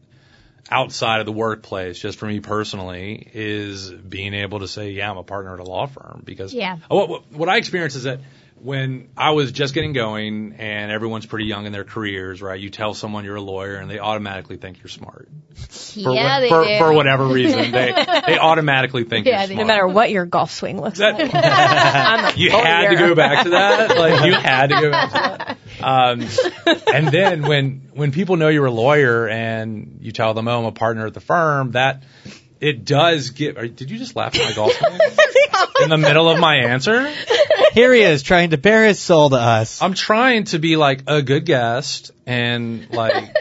D: outside of the workplace, just for me personally, is being able to say, yeah, I'm a partner at a law firm because Oh,
C: Yeah.
D: what, what, what I experienced is that when I was just getting going and everyone's pretty young in their careers, right? You tell someone you're a lawyer and they automatically think you're smart for,
C: yeah,
D: what-
C: they
D: for,
C: do.
D: for whatever reason. They they automatically think
C: Yeah,
D: you're
C: they-
D: smart.
B: No matter what your golf swing looks
D: That-
B: like. I'm a
D: you had to
B: lawyer.
D: go back to that. Like you had to go back to that. Um, and then when when people know you're a lawyer and you tell them, "Oh, I'm a partner at the firm," that it does give. Are, did you just laugh at my golf swing in the middle of my answer?
A: Here he is trying to bare his soul to us.
D: I'm trying to be like a good guest and like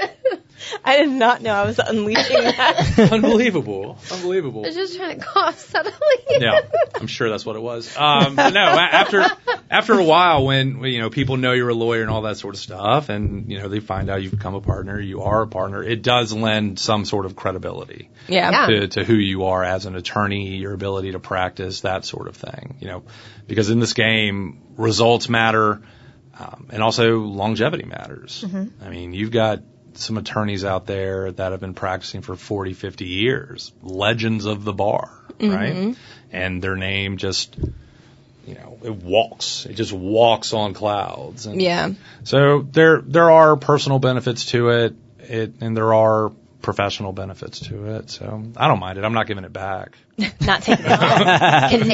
B: I did not know I was unleashing that.
D: unbelievable, unbelievable.
C: I was just trying to cough suddenly.
D: yeah, I'm sure that's what it was. Um, but no, a- after after a while, when when, you know people know you're a lawyer and all that sort of stuff, and you know they find out you've become a partner, you are a partner. It does lend some sort of credibility
B: Yeah.
C: Yeah.
D: to, to who you are as an attorney, your ability to practice, that sort of thing. You know, because in this game, results matter, um, and also longevity matters. I mean, you've got some attorneys out there that have been practicing for 40, 50 years, legends of the bar, right? And their name just, you know, it walks. It just walks on clouds. And
B: Yeah.
D: so there there are personal benefits to it, it and there are professional benefits to it. So I don't mind it. I'm not giving it back.
B: Not taking it off. but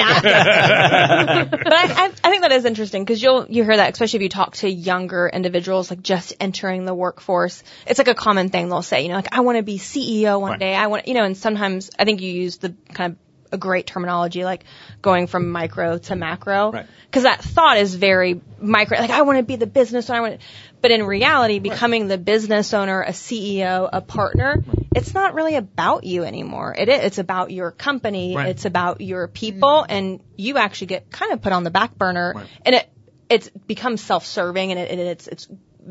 B: I, I, I think that is interesting because you'll you hear that especially if you talk to younger individuals like just entering the workforce. It's like a common thing they'll say, you know, like I want to be CEO one
D: Right.
B: day. I want, you know, and sometimes I think you use the kind of a great terminology like going from micro to macro
D: Right.
B: because that thought is very micro. Like I want to be the business owner. I want, but in reality, becoming the business owner, a CEO, a partner, it's not really about you anymore. It is. It's about your company.
D: Right.
B: It's about your people, and you actually get kind of put on the back burner,
D: Right.
B: and it it's becomes self-serving, and it, and it's it's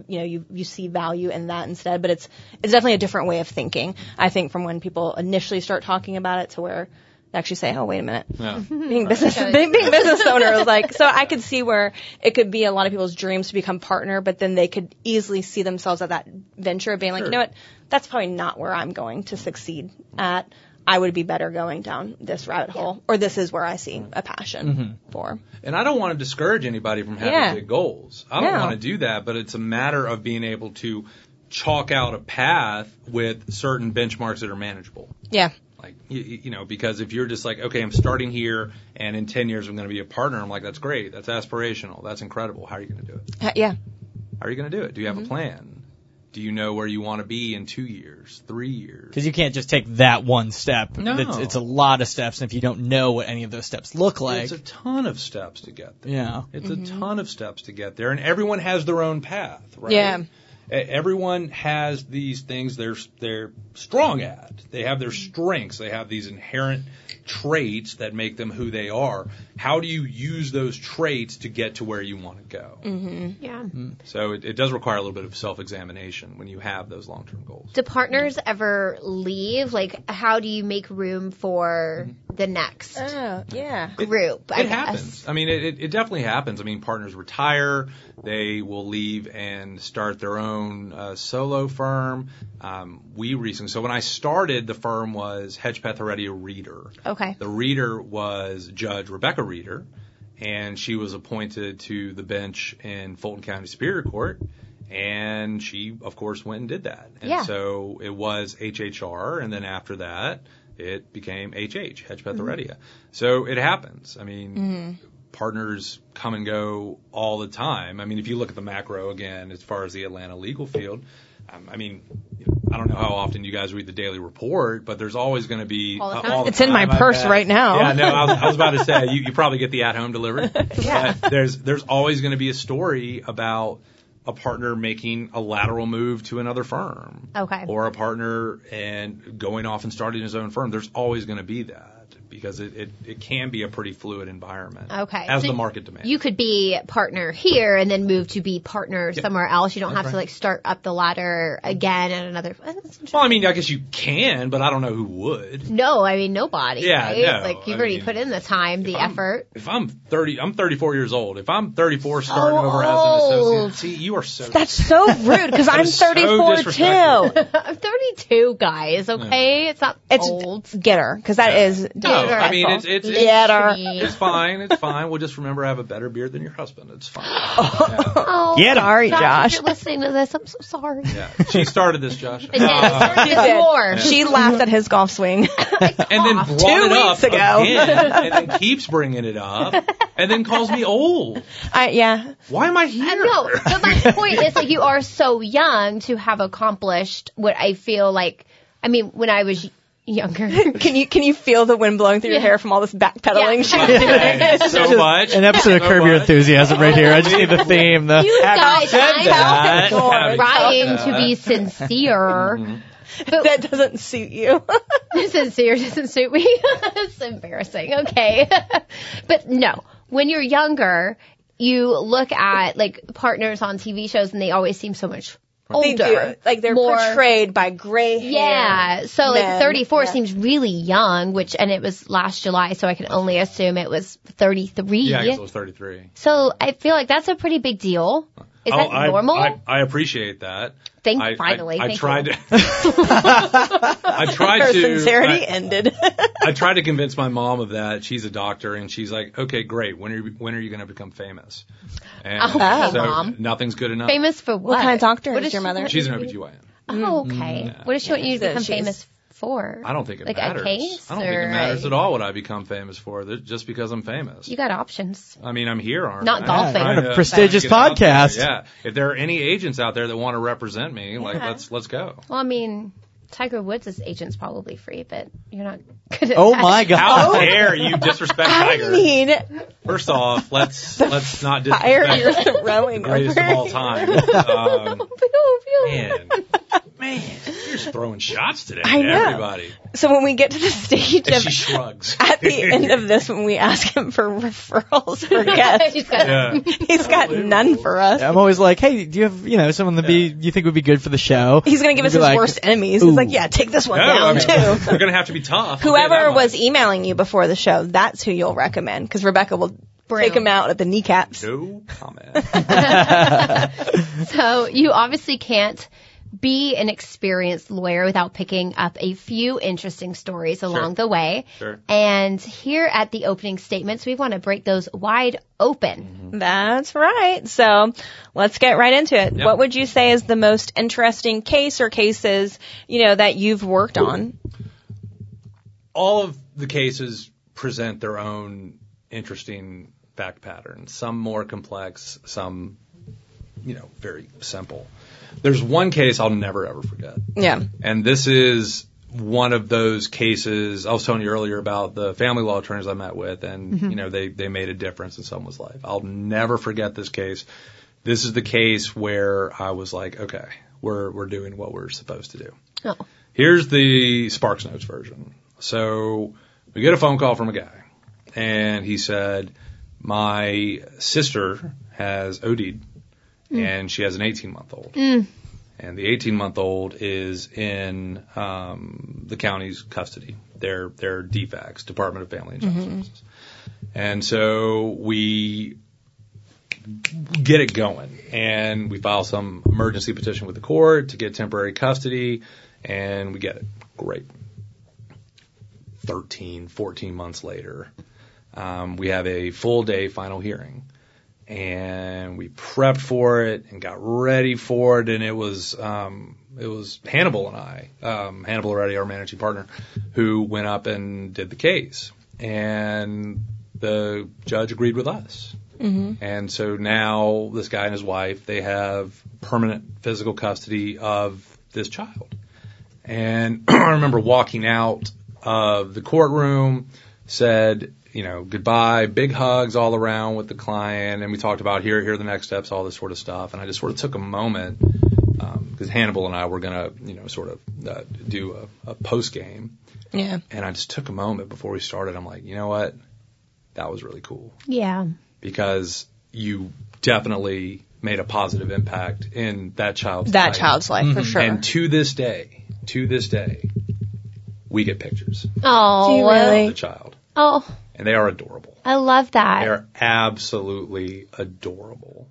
B: you know you you see value in that instead. But it's it's definitely a different way of thinking. I think from when people initially start talking about it to where they actually say, oh wait a minute
D: Yeah.
B: being business being, being business owner is like so I could see where it could be a lot of people's dreams to become partner, but then they could easily see themselves at that venture of being like,
D: Sure.
B: you know what, that's probably not where I'm going to succeed at. I would be better going down this rabbit hole, or this is where I see a passion
D: Mm-hmm.
B: for.
D: And I don't want to discourage anybody from having
B: Yeah.
D: big goals. I don't
B: No.
D: want to do that, but it's a matter of being able to chalk out a path with certain benchmarks that are manageable.
B: Yeah,
D: Like, you, you know, because if you're just like, okay, I'm starting here and in 10 years I'm going to be a partner, I'm like, that's great. That's aspirational. That's incredible. How are you going to do it?
B: Uh, yeah,
D: How are you going to do it? Do you have a plan? Do you know where you want to be in two years, three years?
A: Because you can't just take that one step.
D: No.
A: It's, it's a lot of steps, and if you don't know what any of those steps look like,
D: it's a ton of steps to get there.
A: yeah.
D: It's a ton of steps to get there, and everyone has their own path, right?
B: Yeah.
D: E- Everyone has these things they're they're strong at. They have their strengths. They have these inherent traits that make them who they are. How do you use those traits to get to where you want to go?
B: Mm. Mm-hmm.
C: Yeah.
D: So it, it does require a little bit of self-examination when you have those long-term goals.
C: Do partners ever leave? Like, how do you make room for the next
B: Oh, yeah.
C: group? I
D: Mm-hmm. Uh, it happens.
C: guess?
D: I mean, it, it- it definitely happens. I mean, partners retire, they will leave and start their own uh, solo firm. Um, we recently, so when I started, the firm was Hedgepeth Heredia Reader.
C: Okay.
D: The reader was Judge Rebecca Reader, and she was appointed to the bench in Fulton County Superior Court. And she, of course, went and did that. And
C: Yeah.
D: so it was HHR, and then after that, it became HH, Hedgepeth
C: Mm-hmm.
D: Heredia. So it happens. I mean, partners come and go all the time. I mean, if you look at the macro again, as far as the Atlanta legal field, um, I mean, I don't know how often you guys read the daily report, but there's always going to be
C: All the
D: uh,
C: time.
D: all the
B: It's in my
D: time, I
B: purse
D: bet.
B: right now.
D: Yeah, no, I was, I was about to say you, you probably get the at home delivery. But there's there's always going to be a story about a partner making a lateral move to another firm
C: Okay.
D: or a partner and going off and starting his own firm, there's always going to be that because it, it, it can be a pretty fluid environment.
C: Okay.
D: As
C: So
D: the market demands.
C: You could be partner here and then move to be partner somewhere else. You don't have to
D: right.
C: like start up the ladder again at another. that's interesting.
D: well, I mean, I guess you can, but I don't know who would.
C: No, I mean nobody.
D: Yeah,
C: right?
D: no,
C: Like you've
D: I
C: already
D: mean,
C: put in the time, the
D: I'm-
C: effort.
D: If I'm 30, I'm 34 years old. If I'm 34 starting over as an
C: old.
D: associate, see, you are so.
B: That's so rude because I'm
D: is so
B: 34
D: disrespectful.
B: too.
C: I'm 32, guys. Okay, it's not
B: It's
C: old.
B: get her because that is
D: no, Oh, I mean, it's,
B: disrespectful.
D: it's, it's,
B: Get her.
D: it's fine. It's fine. We'll just remember I have a better beard than your husband. It's fine. Yeah.
C: Oh,
A: Get him.
B: Sorry,
C: Josh, if
B: Josh.
C: you're listening to this, I'm so sorry.
D: yeah. She started this, Josh. Uh,
C: Yes,
B: She did.
C: more.
B: She laughed at his golf swing.
D: and then brought it up
B: weeks ago.
D: again, and then keeps bringing it up, and then calls me old.
B: I, yeah.
D: Why am I here?
C: Uh, No, but my point is like you are so young to have accomplished what I feel like. I mean, when I was y- younger,
B: Can you can you feel the wind blowing through your
C: Yeah.
B: hair from all this backpedaling?
C: Yeah.
B: She,
D: Thanks so much.
A: An episode of
D: So
A: Curb Your
D: much.
A: Enthusiasm right here. I just need the theme. The
C: you guys,
D: said
C: I'm
D: that,
B: having
C: trying to be sincere.
B: that doesn't suit you.
C: sincere doesn't suit me. it's embarrassing. Okay. but no, when you're younger, you look at like partners on TV shows and they always seem so much older.
B: They do. Like they're
C: more-
B: portrayed by gray hair.
C: Yeah. So like
B: men.
C: 34
B: Yeah.
C: seems really young, which, and it was last July, so I can only assume it was 33.
D: Yeah, I guess I was 33.
C: so I feel like that's a pretty big deal. Is
D: Oh,
C: that
D: I,
C: normal?
D: I, I appreciate that.
C: Thank
D: I,
C: finally.
D: I, I
C: thank
D: tried
C: you.
D: to. I tried
B: Her
D: to.
B: sincerity
D: I-
B: ended.
D: I tried to convince my mom of that. She's a doctor, and she's like, "Okay, great. When are you, when are you going to become famous?" And
C: Okay,
D: so
C: Oh, Mom.
D: nothing's good enough.
C: Famous for what?
B: What kind of doctor
C: What
B: is your
C: she-
B: mother?
D: She's an OBGYN.
C: Oh, okay. What does she want you to
B: So
C: become
B: she's-
C: famous for?
D: I don't think it
C: Like a
D: matters.
C: case
D: I don't think it
C: or
D: matters
C: a-
D: at all what I become famous for. Th- Just because I'm famous.
C: You got options.
D: I mean, I'm here, aren't
C: Not
D: I?
C: golfing.
D: I'm
C: On a
D: trying to-
A: prestigious
D: trying to get out
A: podcast.
D: there. Yeah. If there are any agents out there that want to represent me, like let's let's go.
C: Well, I mean, Tiger Woods' agent's probably free, but you're not good at
A: oh
C: that.
A: my god.
D: How dare you disrespect
B: I
D: Tiger?
B: mean,
D: First off, let's let's not
B: fire you're
D: disrespect the
B: throwing
D: greatest
B: over.
D: of all time.
C: Oh,
D: Um,
C: Pew, pew.
D: man, man, you're just throwing shots today.
B: I
D: at
B: know.
D: Everybody.
B: So when we get to the stage
D: And
B: of
D: she shrugs.
B: at the end of this, when we ask him for referrals for guests,
C: She's got-
D: yeah.
B: he's got none for us.
A: I'm always like, hey, do you have you know someone that be you think would be good for the show?
B: He's gonna give us
A: Be
B: his
A: like,
B: worst enemies.
A: ooh.
B: He's like, yeah, take this one
D: No, I
B: down
D: mean,
B: too.
D: we're gonna have to be tough. I'll tell you that
B: Whoever
D: much.
B: was emailing you before the show, that's who you'll recommend because Rebecca will
C: Brown.
B: take him out at the kneecaps.
D: no comment.
C: So you obviously can't be an experienced lawyer without picking up a few interesting stories along the way.
D: Sure.
C: And here at the opening statements, we want to break those wide open.
B: That's right. So let's get right into it. What would you say is the most interesting case or cases, you know, that you've worked on?
D: all of the cases present their own interesting fact patterns. Some more complex, some you know, very simple. There's one case I'll never ever forget.
B: Yeah.
D: And this is one of those cases I was telling you earlier about the family law attorneys I met with and you know they they made a difference in someone's life. I'll never forget this case. This is the case where I was like, okay, we're we're doing what we're supposed to do.
C: Oh.
D: Here's the Sparks Notes version. So we get a phone call from a guy and he said, "My sister has OD'd and she has an 18 month old." and the 18 month old is in um, the county's custody. Their their DFACS, Department of Family and Child Services, and so we get it going, and we file some emergency petition with the court to get temporary custody, and we get it. Great. 13, 14 months later, um, we have a full day final hearing and we prepped for it and got ready for it. And it was, um, it was Hannibal and I, um, Hannibal already, our managing partner, who went up and did the case. And the judge agreed with us.
B: Mm-hmm.
D: And so now this guy and his wife, they have permanent physical custody of this child. And I remember walking out of the courtroom, said, you know, goodbye, big hugs all around with the client, and we talked about here, here are the next steps, all this sort of stuff. And I just sort of took a moment because Hannibal and I were gonna, you know, sort of uh, do a, a post game,
B: Yeah.
D: and I just took a moment before we started. I'm like, you know what, that was really cool
C: Yeah.
D: because you definitely made a positive impact in that child's
B: That
D: life.
B: child's life for sure.
D: Mm-hmm. And to this day, to this day, we get pictures
C: Oh.
B: Do you really?
D: of the child,
C: Oh,
D: and they are adorable.
C: I love
D: They
C: that.
D: are absolutely adorable.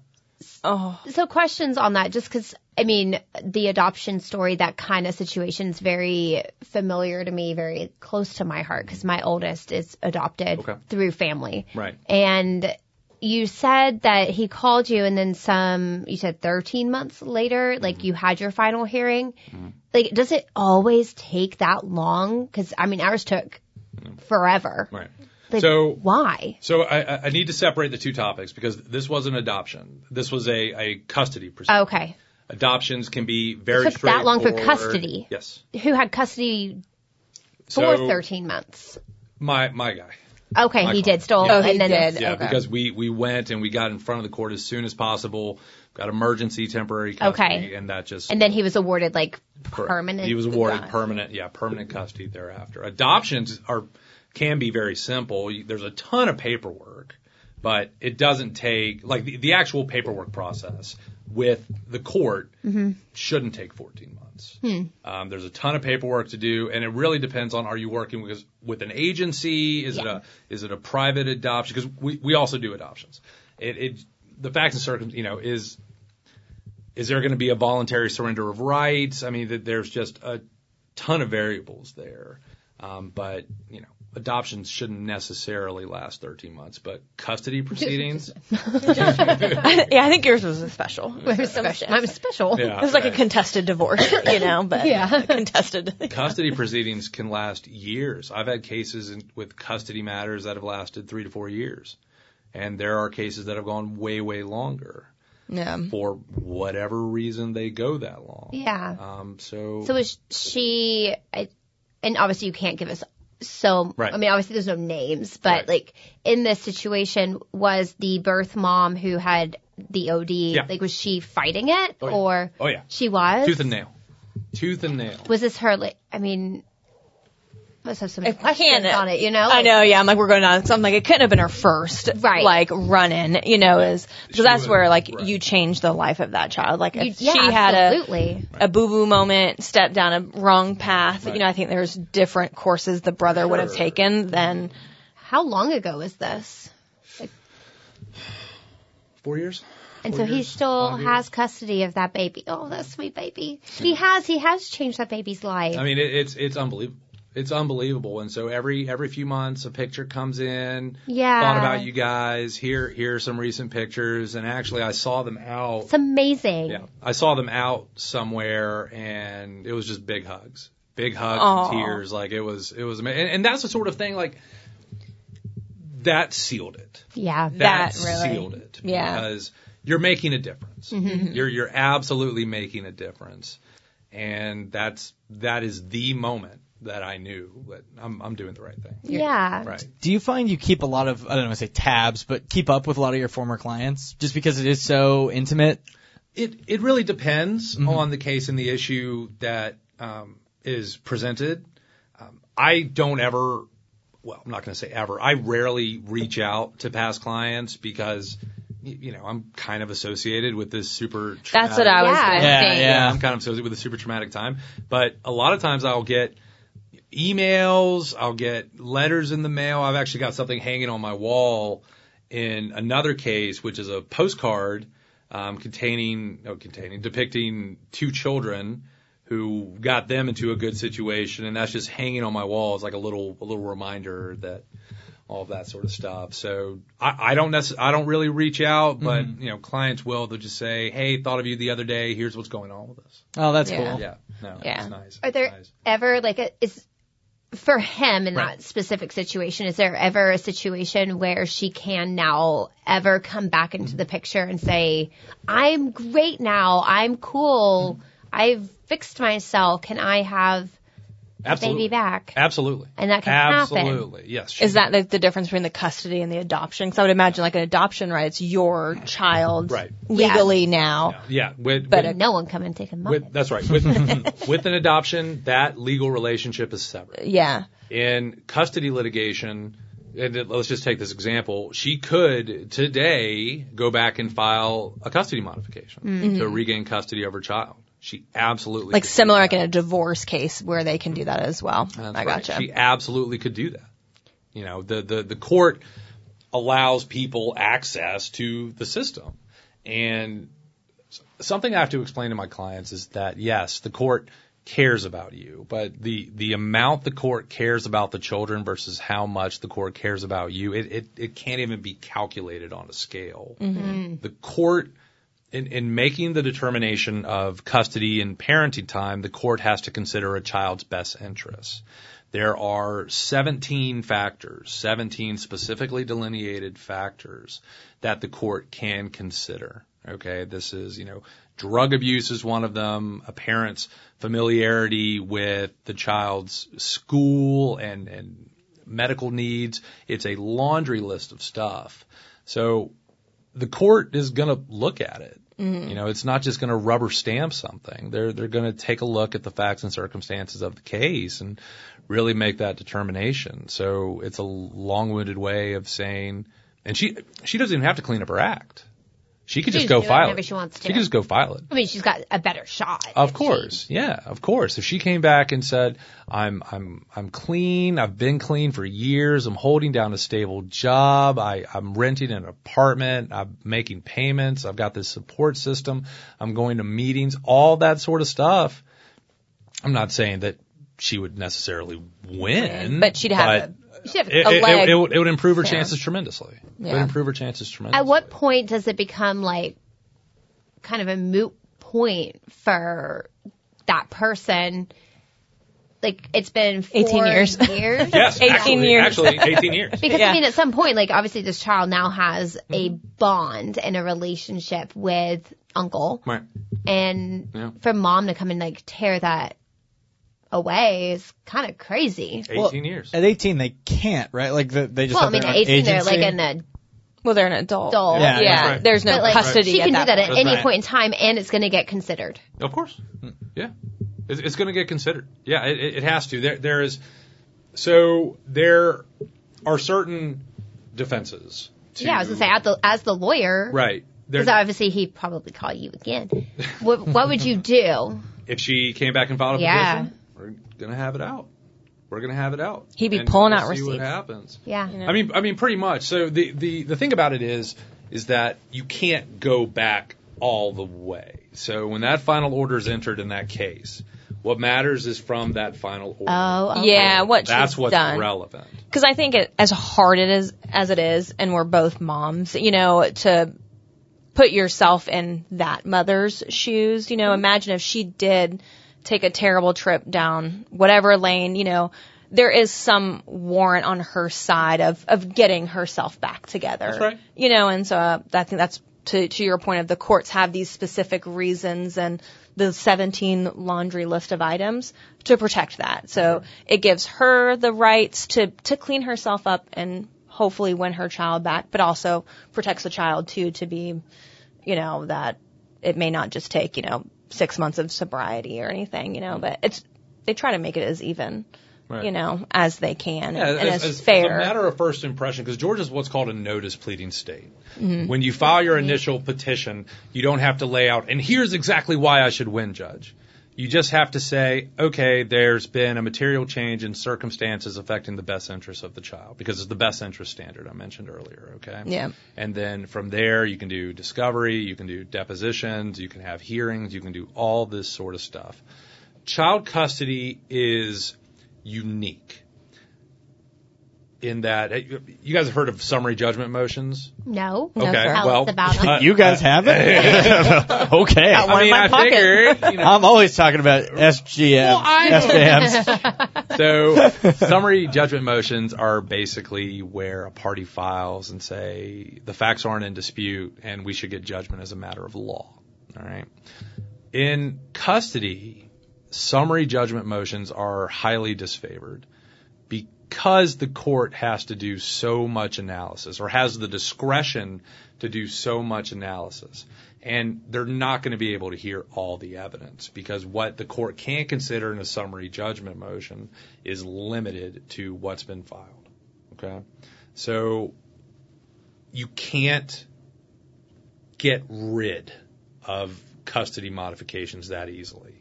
B: Oh.
C: So questions on that, just because I mean the adoption story, that kind of situation is very familiar to me, very close to my heart, because my oldest is adopted
D: Okay.
C: through family.
D: Right.
C: And you said that he called you, and then some. You said 13 months later,
D: Mm-hmm.
C: like you had your final hearing. Like, does it always take that long? Because I mean, ours took forever.
D: Mm. Right.
C: Like,
D: So-
C: why?
D: So I, I- I need to separate the two topics because this was an adoption. This was a, a custody procedure.
C: Okay.
D: Adoptions can be very
C: It Uh, took that long for
D: straightforward.
C: custody.
D: Yes.
C: Who had custody for
D: So
C: 13 months?
D: my my guy.
C: Okay,
D: Michael.
C: he did still.
B: Yeah. Oh, he
C: and then
B: did.
D: Yeah,
B: Okay.
D: because we we went and we got in front of the court as soon as possible. Got emergency temporary custody,
C: Okay.
D: and that just
C: And then he was awarded like
D: Correct.
C: permanent.
D: He was awarded
C: God.
D: permanent, yeah, permanent custody thereafter. Adoptions are can be very simple. You- There's a ton of paperwork, but it doesn't take like the, the actual paperwork process with the court shouldn't take 14 months. Um, there's a ton of paperwork to do, and it really depends on are you working with with an agency? Is it a is it a private adoption? Because we we also do adoptions. It, it the facts and circum you know is is there going to be a voluntary surrender of rights? I mean, that there's just a ton of variables there. Um, but you know, adoptions shouldn't necessarily last 13 months, but custody proceedings.
B: yeah, I think yours was a special.
C: It was special. It was special.
D: yeah,
B: It was like a
D: right.
B: contested divorce, you know, but
C: Yeah.
B: contested.
D: custody proceedings can last years. I've had cases in, with custody matters that have lasted three to four years, and there are cases that have gone way, way longer
B: Yeah.
D: for whatever reason they go that long.
C: Yeah.
D: Um, so,
C: So was she? I, and obviously, you can't give us so.
D: Right.
C: I mean, obviously, there's no names, but
D: Right.
C: like in this situation, was the birth mom who had the OD?
D: Yeah.
C: Like, was she fighting it,
D: Oh, yeah.
C: or
D: oh yeah,
C: she was?
D: tooth and nail, tooth and nail.
C: Was this her? Like, I mean, must have some
B: I
C: questions
B: can't-
C: on it. You know?
B: I know, yeah. I'm like, we're going on. So I'm like, it couldn't have been her first,
C: Right.
B: Like run in, you know, is because that's
D: would-
B: where like
D: right.
B: you change the life of that child. Like
C: You,
B: if
C: yeah,
B: she had a
C: absolutely.
B: a boo boo moment, stepped down a wrong path,
D: Right.
B: you know, I think there's different courses the brother would have
D: Sure.
B: taken than
C: How long ago is this?
D: Four years.
C: And
D: Four
C: so he
D: years,
C: still
D: five
C: has custody of that baby. Oh, that sweet baby. He has. He has changed that baby's life.
D: I mean, it, it's it's unbelievable. It's unbelievable. And so every every few months, a picture comes in.
C: yeah.
D: Thought about you guys. Here here are some recent pictures. And actually, I saw them out.
C: It's amazing.
D: Yeah, I saw them out somewhere, and it was just big hugs, big hugs,
B: Aw.
D: and tears. Like it was it was amazing. And, and that's the sort of thing like that sealed it.
C: Yeah.
D: That,
B: That really-
D: sealed it.
B: yeah. Mm-hmm.
D: Because you're making a difference. You're you're absolutely making a difference, and that's that is the moment that I knew that I'm I'm doing the right thing.
C: Yeah.
D: Right.
A: Do you find you keep a lot of I don't know, I say tabs, but keep up with a lot of your former clients just because it is so intimate?
D: It it really depends on the case and the issue that um, is presented. Um, I don't ever, well, I'm not going to say ever. I rarely reach out to past clients because, y- you know, I'm kind of associated with this super.
B: That's what
D: traumatic-
B: I was
C: Yeah.
B: gonna
A: Yeah,
B: think.
A: yeah.
D: I'm kind of associated with a super traumatic time. But a lot of times I'll get emails, I'll get letters in the mail. I've actually got something hanging on my wall in another case, which is a postcard um, containing, no, containing, depicting two children who got them into a good situation, and that's just hanging on my wall. It's like a little, a little reminder that all of that sort of stuff. So I, I don't necess- I don't really reach out, but you know, clients will. They'll just say, "Hey, thought of you the other day. Here's what's going on with us."
A: Oh, that's
B: Yeah.
A: cool.
D: Yeah, no,
B: Yeah.
D: it's nice.
C: Are
D: It's
C: there
D: nice.
C: ever like a is for him in
D: Right.
C: that specific situation? Is there ever a situation where she can now ever come back into the picture and say, "I'm great now. I'm cool. I've fixed myself. Can I have
D: absolutely
C: baby back?"
D: Absolutely,
C: And that can happen.
D: absolutely yes.
B: Is that the, the difference between the custody and the adoption? Because I would imagine like an adoption, right? It's your child
D: Right.
B: legally now.
D: yeah? With,
B: But
D: with,
C: No one come and take him.
D: with that's right. With with an adoption, that legal relationship is severed.
B: Yeah.
D: in custody litigation, and it- let's just take this example, she could today go back and file a custody modification to regain custody of her child. She absolutely
B: Mm-hmm. Like
D: could do
B: similar, like
D: that.
B: in a divorce case where they can do that as well.
D: That's
B: I
D: right.
B: gotcha.
D: She absolutely could do that. You know, the, the, the court allows people access to the system. And s- something I have to explain to my clients is that yes, the court cares about you, but the, the amount the court cares about the children versus how much the court cares about you, it, it, it can't even be calculated on a scale. The court in, in making the determination of custody and parenting time, the court has to consider a child's best interests. There are 17 factors, 17 specifically delineated factors that the court can consider. Okay, this is, you know, drug abuse is one of them, a parent's familiarity with the child's school and, and medical needs. It's a laundry list of stuff. So the court is going to look at it.
C: Mm-hmm.
D: You know, it's not just going to rubber stamp something. They're they're going to take a look at the facts and circumstances of the case and really make that determination. So it's a long-winded way of saying, and she she doesn't even have to clean up her act. She could
C: She
D: just
C: can
D: go
C: do it
D: file
C: whenever
D: it.
C: she wants to.
D: She could just go file it.
C: I mean, she's got a better shot.
D: Of
C: if
D: course, yeah, of course. If she came back and said, "I'm I'm I'm clean. I've been clean for years. I'm holding down a stable job. I I'm renting an apartment. I'm making payments. I've got this support system. I'm going to meetings. All that sort of stuff." I'm not saying that she would necessarily win,
B: But she'd have
D: but
B: a-
C: she- she have-
D: it,
B: a
D: it,
B: leg.
D: it, it would, it would improve her
B: Yeah.
D: chances tremendously. It
B: Yeah.
D: would improve her chances tremendously.
C: At what point does it become like kind of a moot point for that person? Like it's been four
B: 18 years.
C: years?
D: Yes,
B: 18
D: actually,
B: years.
D: Actually, 18 years.
C: Because
B: Yeah.
C: I mean, at some point, like obviously, this child now has a
D: Mm-hmm.
C: bond and a relationship with uncle,
D: Right.
C: and
D: Yeah.
C: for mom to come and like tear that away is kind of crazy.
D: 18 years.
A: At 18, they can't, right? Like the, they just
C: Well, I
A: have
C: mean,
A: their
C: at
A: own
C: 18, they're like
A: agency.
C: an
B: Well, they're an adult.
C: adult,
A: Yeah,
B: Yeah.
D: that's right.
B: There's no
C: but like
B: custody.
C: she can
B: at
C: do that
B: that
C: at
D: point.
C: any
D: Right.
C: point in time, and it's going to get considered.
D: Of course. Yeah. It's, it's going to get considered. Yeah, it, it it has to. There, there is. So there are certain defenses. To,
C: Yeah, I was gonna say, as the, as the lawyer,
D: Right. There,
C: Because obviously he'd probably call you again. What, what would you do?
D: if she came back and filed a
C: Yeah.
D: petition, we're going to have it out. We're going to have it out.
B: He'd be
D: And
B: pulling
D: we'll
B: out
D: see what
B: receipts.
D: happens.
C: Yeah.
D: I mean, I mean, pretty much. So the, the, the thing about it is, is that you can't go back all the way. So when that final order is entered in that case, what matters is from that final order.
C: Oh, okay.
B: Yeah, what
D: That's
B: she's
D: what's
B: done.
D: relevant.
B: because I think it, as hard it is as it is, and we're both moms, you know, to put yourself in that mother's shoes, you know,
D: Mm-hmm.
B: imagine if she did take a terrible trip down whatever lane, you know, there is some warrant on her side of of getting herself back together,
D: That's right.
B: you know, and so uh, I think that's to, to your point of the courts have these specific reasons and the 17 laundry list of items to protect that.
D: Mm-hmm.
B: So it gives her the rights to, to clean herself up and hopefully win her child back, but also protects the child too to be, you know, that it may not just take, you know, six months of sobriety or anything, you know, but it's, they try to make it as even,
D: Right.
B: you know, as they can and, and as,
D: As
B: fair.
D: a matter of first impression, because Georgia is what's called a notice pleading state.
B: Mm-hmm.
D: When you file your initial petition, you don't have to lay out, and here's exactly why I should win, Judge. You just have to say, okay, there's been a material change in circumstances affecting the best interests of the child, because it's the best interest standard I mentioned earlier, okay?
B: Yeah.
D: And then from there, you can do discovery, you can do depositions, you can have hearings, you can do all this sort of stuff. Child custody is unique in that you guys have heard of summary judgment motions.
C: No.
B: No,
D: okay,
B: sir.
C: Tell
D: well,
C: us about them.
D: uh,
E: You guys have it? okay.
B: Got one
D: I
B: in
D: mean,
B: my
D: I
B: pocket.
D: figured. You know,
E: I'm always talking about SGM, SJMs.
D: so summary judgment motions are basically where a party files and say the facts aren't in dispute and we should get judgment as a matter of law. All right. In custody, summary judgment motions are highly disfavored because the court has to do so much analysis or has the discretion to do so much analysis. And they're not going to be able to hear all the evidence because what the court can consider in a summary judgment motion is limited to what's been filed. Okay. So you can't get rid of custody modifications that easily.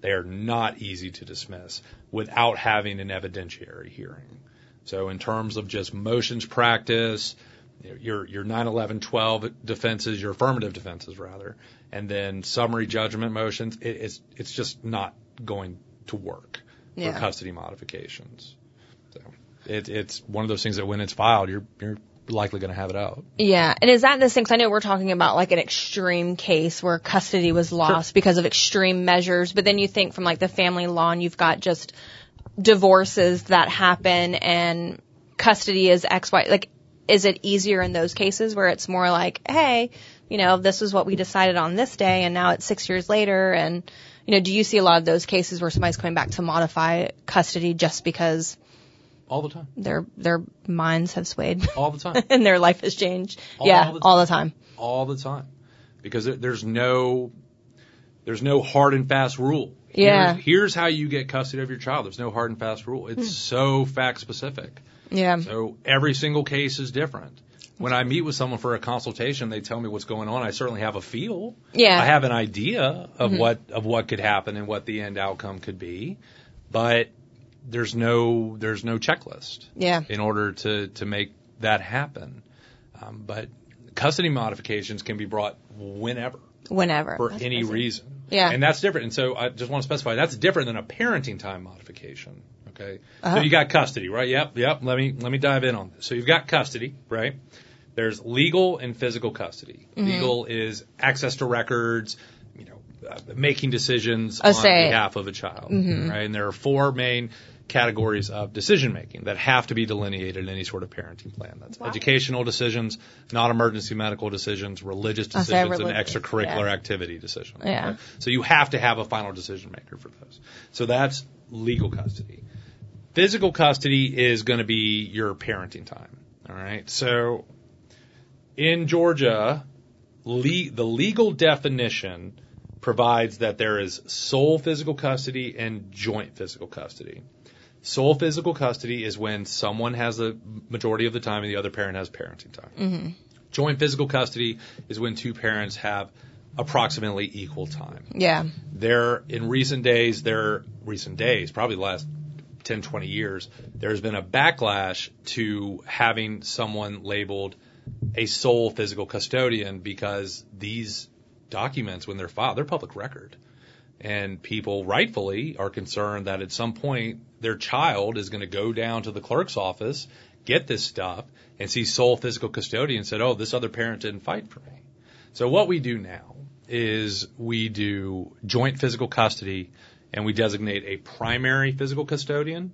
D: They are not easy to dismiss without having an evidentiary hearing. So in terms of just motions practice, you know, your your 9/11/12 defenses, your affirmative defenses rather, and then summary judgment motions, it, it's it's just not going to work
B: Yeah.
D: for custody modifications. So it, it's one of those things that when it's filed, you're you're likely going to have it out.
B: Yeah, and is that the thing? 'cause I know we're talking about like an extreme case where custody was lost because of extreme measures, but then you think from like the family law, and you've got just divorces that happen, and custody is X Y. Like, is it easier in those cases where it's more like, hey, you know, this is what we decided on this day, and now it's six years later, and you know, do you see a lot of those cases where somebody's coming back to modify custody just because
D: All the time.
B: their their minds have swayed?
D: All the time.
B: and their life has changed.
D: All
B: yeah,
D: the
B: all the time.
D: all the time because there, there's no there's no hard and fast rule.
B: Yeah. Hmm.
D: Here's, here's how you get custody of your child. There's no hard and fast rule. It's so fact specific.
B: Yeah.
D: So every single case is different. When I meet with someone for a consultation, they tell me what's going on. I certainly have a feel.
B: Yeah. Mm-hmm.
D: I have an idea of what of what could happen and what the end outcome could be, but there's no there's no checklist
B: Yeah.
D: in order to to make that happen. Um, but custody modifications can be brought whenever
B: Whenever.
D: for
B: That's
D: any
B: crazy.
D: reason.
B: Yeah.
D: And that's different. And so I just want to specify that's different than a parenting time modification. Okay.
B: Uh-huh.
D: So you got custody, right? Yep, yep. Let me let me dive in on this. So you've got custody, right? There's legal and physical custody.
B: Mm-hmm.
D: Legal is access to records, you know, uh, making decisions
B: I
D: on
B: say- Mm-hmm.
D: behalf of a child, right? And there are four main categories of decision making that have to be delineated in any sort of parenting plan. That's educational decisions, non emergency medical decisions, religious
B: I say
D: decisions, and
B: religious,
D: extracurricular
B: yeah.
D: activity decision.
B: Yeah.
D: Okay? So you have to have a final decision maker for those. So that's legal custody. Physical custody is going to be your parenting time. All right. So in Georgia, le- the legal definition provides that there is sole physical custody and joint physical custody. Sole physical custody is when someone has the majority of the time and the other parent has parenting time. Joint physical custody is when two parents have approximately equal time.
B: Yeah.
D: There, in recent days, there, recent days, probably the last 10, 20 years, there's been a backlash to having someone labeled a sole physical custodian because these documents, when they're filed, they're public record. And people rightfully are concerned that at some point their child is going to go down to the clerk's office, get this stuff, and see sole physical custodian and said, oh, this other parent didn't fight for me. So what we do now is we do joint physical custody and we designate a primary physical custodian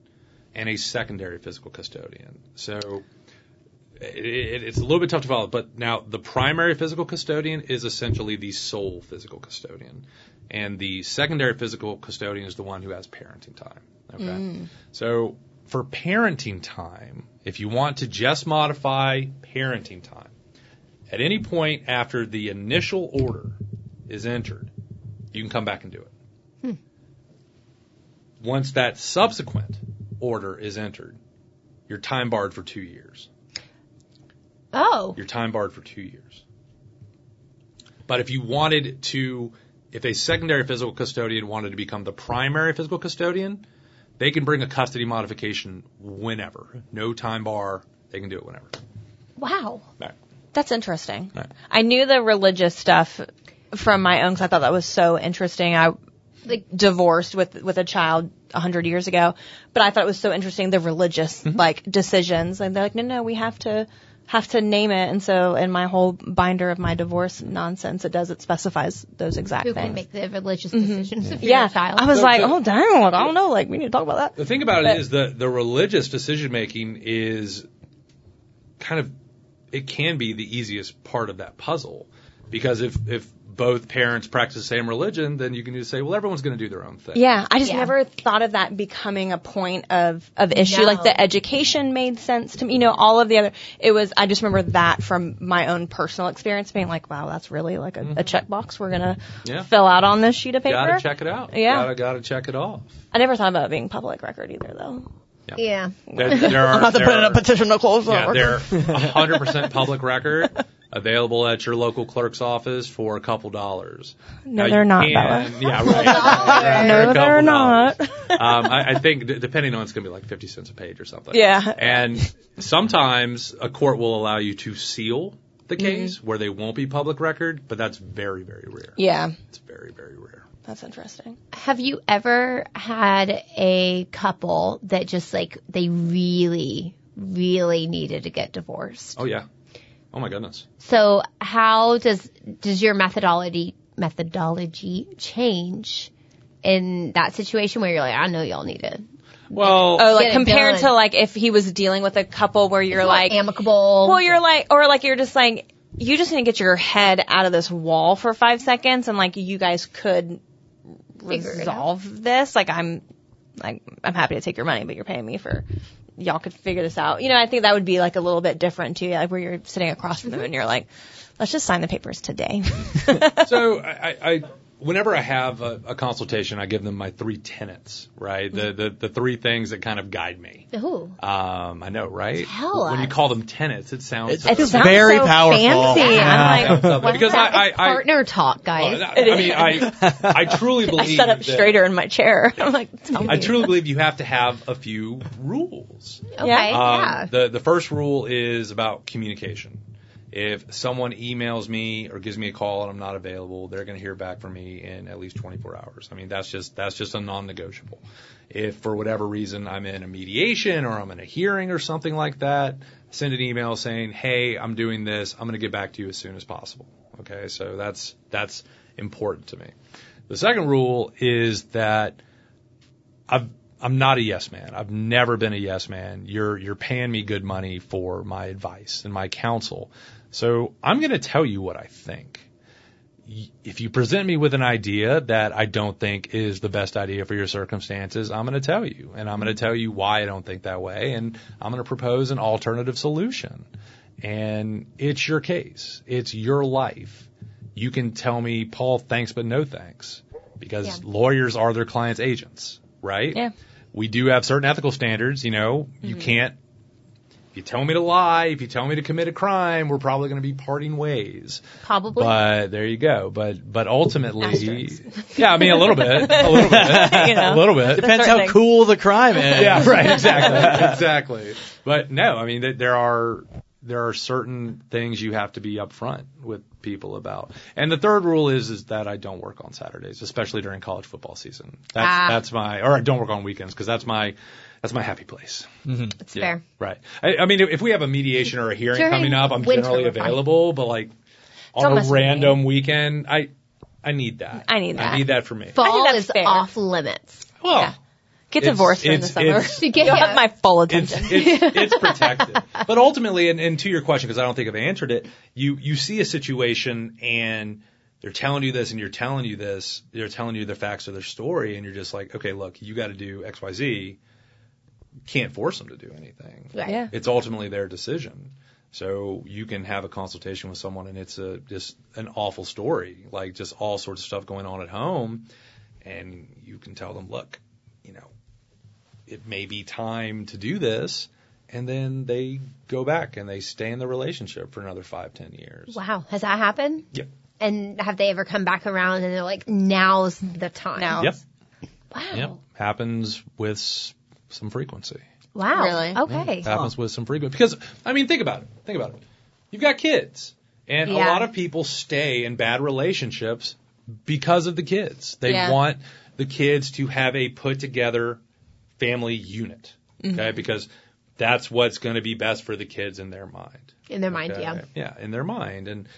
D: and a secondary physical custodian. So it, it, it's a little bit tough to follow. But now the primary physical custodian is essentially the sole physical custodian, and the secondary physical custodian is the one who has parenting time. Okay, so for parenting time, if you want to just modify parenting time, at any point after the initial order is entered, you can come back and do it. Once that subsequent order is entered, you're time barred for two years.
C: Oh.
D: You're time barred for two years. But if you wanted to, if a secondary physical custodian wanted to become the primary physical custodian, they can bring a custody modification whenever. No time bar. They can do it whenever.
C: Wow.
D: Right.
B: That's interesting.
D: Right.
B: I knew the religious stuff from my own 'cause I thought that was so interesting. I
C: Like
B: divorced with with a child a hundred years ago, but I thought it was so interesting the religious
D: Mm-hmm.
B: like decisions. And they're like, no, no, we have to have to name it. And so in my whole binder of my divorce nonsense, it does it specifies those exact
C: who can
B: things.
C: make the religious decisions for
B: Mm-hmm. yeah,
C: your child?
B: I was
D: So-
B: like,
D: so-
B: oh damn, I don't know. Like we need to talk about that.
D: The thing about it
B: But-
D: is the the religious decision making is kind of it can be the easiest part of that puzzle because if if both parents practice the same religion, then you can just say, well, everyone's going to do their own thing.
B: Yeah, I just
C: Yeah.
B: never thought of that becoming a point of of issue.
C: No.
B: Like the education made sense to me. You know, all of the other. It was. I just remember that from my own personal experience, being like, wow, that's really like a, a checkbox we're gonna
D: Mm-hmm. Yeah.
B: fill out on this sheet of paper.
D: Gotta check it out.
B: Yeah.
D: Gotta, gotta check it off.
B: I never thought about it being public record either, though.
C: yeah.
D: There, there are,
A: I'll have to
D: there
A: put in a
D: are-
A: petition to close the
D: Yeah,
A: record.
D: they're 100% public record, available at your local clerk's office for a couple dollars.
B: No,
D: Now, you
B: they're not,
D: can- Yeah, right.
C: No,
D: a couple
B: they're not.
D: dollars. um, I, I think d- depending on it's going to be like 50 cents a page or something.
B: Yeah.
D: And sometimes a court will allow you to seal the
B: Mm-hmm.
D: case where they won't be public record, but that's very very rare.
B: Yeah,
D: It's very very rare.
B: that's interesting.
C: Have you ever had a couple that just like they really, really needed to get divorced?
D: Oh yeah. Oh my goodness.
C: So how does does your methodology methodology change in that situation where you're like, I know y'all need it.
D: Well,
B: Oh, like
C: Get it
B: compared
C: done.
B: to like if he was dealing with a couple where you're like,
C: amicable.
B: Well, you're like, or like you're just like, you just need to get your head out of this wall for five seconds, and like you guys could
C: Figure it
B: resolve this. Like I'm, like I'm happy to take your money, but you're paying me for. Y'all could figure this out. You know, I think that would be like a little bit different too, like where you're sitting across from them
C: Mm-hmm.
B: and you're like, let's just sign the papers today.
D: so I, I, I whenever I have a, a consultation, I give them my three tenets, right?
B: Mm-hmm.
D: The, the the three things that kind of guide me.
C: Ooh.
D: Um, I know, right?
C: Tell
D: when you
C: us.
D: call them tenets, it sounds
A: It's
D: so-
B: It sounds
A: very
B: so
A: powerful.
B: fancy. I'm like,
D: sounds so- because I, I, I
C: partner talk, guys.
D: well, I, I mean, I I truly
B: I
D: believe
B: sat up
D: that-
B: straighter in my chair. I'm like, tell
D: I
B: me.
D: truly believe you have to have a few rules.
C: okay,
D: Um,
C: yeah.
D: The the first rule is about communication. If someone emails me or gives me a call and I'm not available, they're going to hear back from me in at least 24 hours. I mean, that's just that's just a non-negotiable. If for whatever reason I'm in a mediation or I'm in a hearing or something like that, send an email saying, "Hey, I'm doing this. I'm going to get back to you as soon as possible." Okay? So that's that's important to me. The second rule is that I've I'm not a yes man. I've never been a yes man. You're you're paying me good money for my advice and my counsel. So I'm going to tell you what I think. Y- If you present me with an idea that I don't think is the best idea for your circumstances, I'm going to tell you and I'm going to tell you why I don't think that way and I'm going to propose an alternative solution. And it's your case. It's your life. You can tell me, Paul, thanks, but no thanks because
C: Yeah.
D: lawyers are their clients' agents, right?
B: Yeah.
D: We do have certain ethical standards, you know. You can't if you tell me to lie, if you tell me to commit a crime, we're probably going to be parting ways.
C: Probably.
D: But there you go. But but ultimately,
B: Asterisks.
D: yeah, I mean a little bit, a little bit,
B: you know.
D: a little bit.
A: Depends how
B: Certain-
A: cool the crime is.
D: Yeah, right, exactly, exactly. But no, I mean th- there are there are certain things you have to be upfront with people about. And the third rule is is that I don't work on Saturdays, especially during college football season. That's
C: Ah.
D: that's my or I don't work on weekends because that's my that's my happy place.
C: it's
D: Yeah,
C: fair.
D: Right. I, I mean, if, if we have a mediation or a hearing
C: During
D: coming up, I'm
C: winter,
D: generally
C: we're fine.
D: available, but like on a
B: almost May.
D: random weekend, I I need that.
B: I need
D: I
B: that.
D: need that for me.
C: Fall
B: that's
C: is
B: fair.
C: off limits.
D: well,
B: yeah. Get
D: It's-
B: divorced in the
D: it's-
B: summer.
D: it's-
C: Yeah.
B: You'll have my full
D: it's
B: attention.
D: it's, it's protected. But ultimately, and, and to your question, because I don't think I've answered it, you you see a situation and they're telling you this, and you're telling you this, they're telling you the facts of their story, and you're just like, okay, look, you got to do X, Y, Z. Can't force them to do anything.
C: Right.
B: Yeah.
D: It's ultimately their decision. So you can have a consultation with someone, and it's a just an awful story, like just all sorts of stuff going on at home, and you can tell them, look, you know, it may be time to do this, and then they go back and they stay in the relationship for another five, ten years.
C: Wow, has that happened?
D: Yep.
C: And have they ever come back around and they're like, now's the time?
B: Now.
D: Yep.
C: Wow.
D: Yep. Happens with s- some frequency.
C: Wow.
B: Really?
C: Okay.
D: happens with some frequent because I mean think about it. Think about it. You've got kids. And
C: Yeah.
D: a lot of people stay in bad relationships because of the kids. They
B: Yeah.
D: want the kids to have a put together family unit.
C: Mm-hmm.
D: Okay? Because that's what's going to be best for the kids in their mind.
C: In their mind,
D: Okay?
C: yeah.
D: Yeah, in their mind. And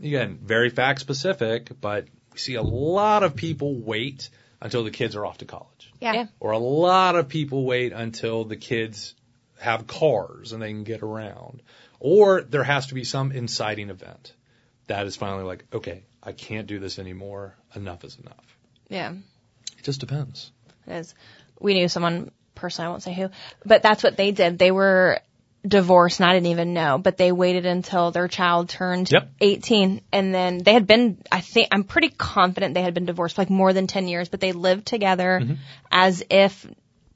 D: again, very fact specific, but we see a lot of people wait until the kids are off to college
C: Yeah.
B: Yeah.
D: or a lot of people wait until the kids have cars and they can get around. Or there has to be some inciting event that is finally like, okay, I can't do this anymore. Enough is enough.
B: yeah.
D: It just depends.
B: It is. We knew someone personally, I won't say who, but that's what they did. They were divorced and I didn't even know, but they waited until their child turned
D: Yep.
B: 18 and then they had been, I think, I'm pretty confident they had been divorced for like more than 10 years, but they lived together
D: Mm-hmm.
B: as if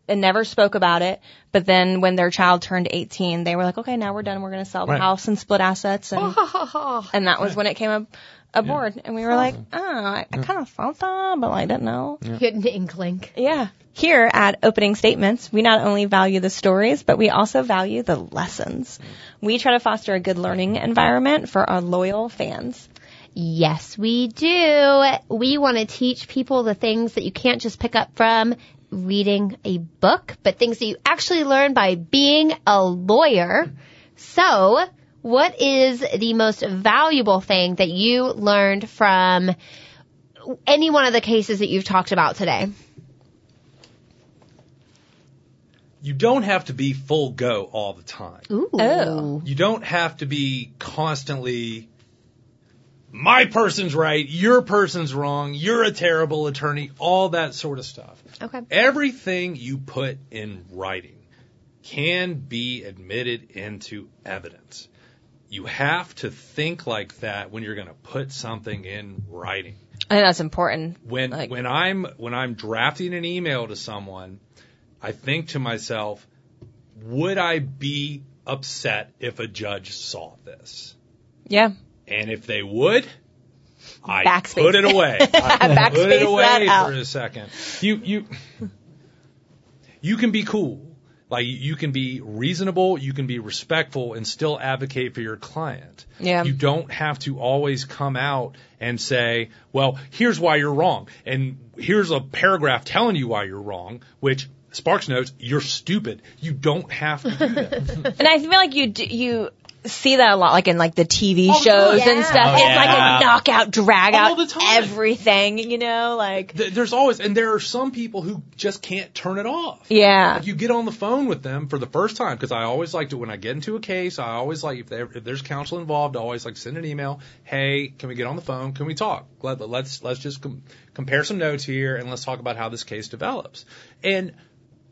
B: and never spoke about it. But then when their child turned 18, they were like, okay, now we're done. We're going to sell the
D: Right.
B: house and split assets. And, and that was when it came up aboard. And we were like, oh, I, I kind of thought that, but I didn't know.
C: Get an inkling.
B: Yeah. Here at Opening Statements, we not only value the stories, but we also value the lessons. We try to foster a good learning environment for our loyal fans.
C: Yes, we do. We want to teach people the things that you can't just pick up from reading a book, but things that you actually learn by being a lawyer. So, what is the most valuable thing that you learned from any one of the cases that you've talked about today?
D: You don't have to be full go all the time.
C: Ooh.
B: Oh.
D: You don't have to be constantly my person's right, your person's wrong, you're a terrible attorney, all that sort of stuff.
C: Okay.
D: Everything you put in writing can be admitted into evidence. You have to think like that when you're going to put something in writing.
B: I think that's important.
D: When
B: Like-
D: when I'm when I'm drafting an email to someone, I think to myself, would I be upset if a judge saw this?
B: Yeah.
D: And if they would, I
B: Backspace.
D: put it away. I
B: Backspace
D: put it away
B: that out.
D: for a second. You you you can be cool. Like you can be reasonable, you can be respectful and still advocate for your client.
B: Yeah.
D: You don't have to always come out and say, "Well, here's why you're wrong." And here's a paragraph telling you why you're wrong, which Sparks notes, you're stupid. You don't have to do that.
B: And I feel like you do, you see that a lot, like in like the TV
C: Oh,
B: shows
C: yeah.
B: and stuff.
D: Oh,
B: it's
D: yeah.
B: like a knockout, drag
D: All
B: out
D: the time.
B: everything, you know, like,
D: Th- There's always, and there are some people who just can't turn it off.
B: yeah.
D: Like you get on the phone with them for the first time because I always like to when I get into a case, I always like if, there, if there's counsel involved, I always like send an email. Hey, can we get on the phone? Can we talk? Let, let's let's just com- compare some notes here and let's talk about how this case develops. And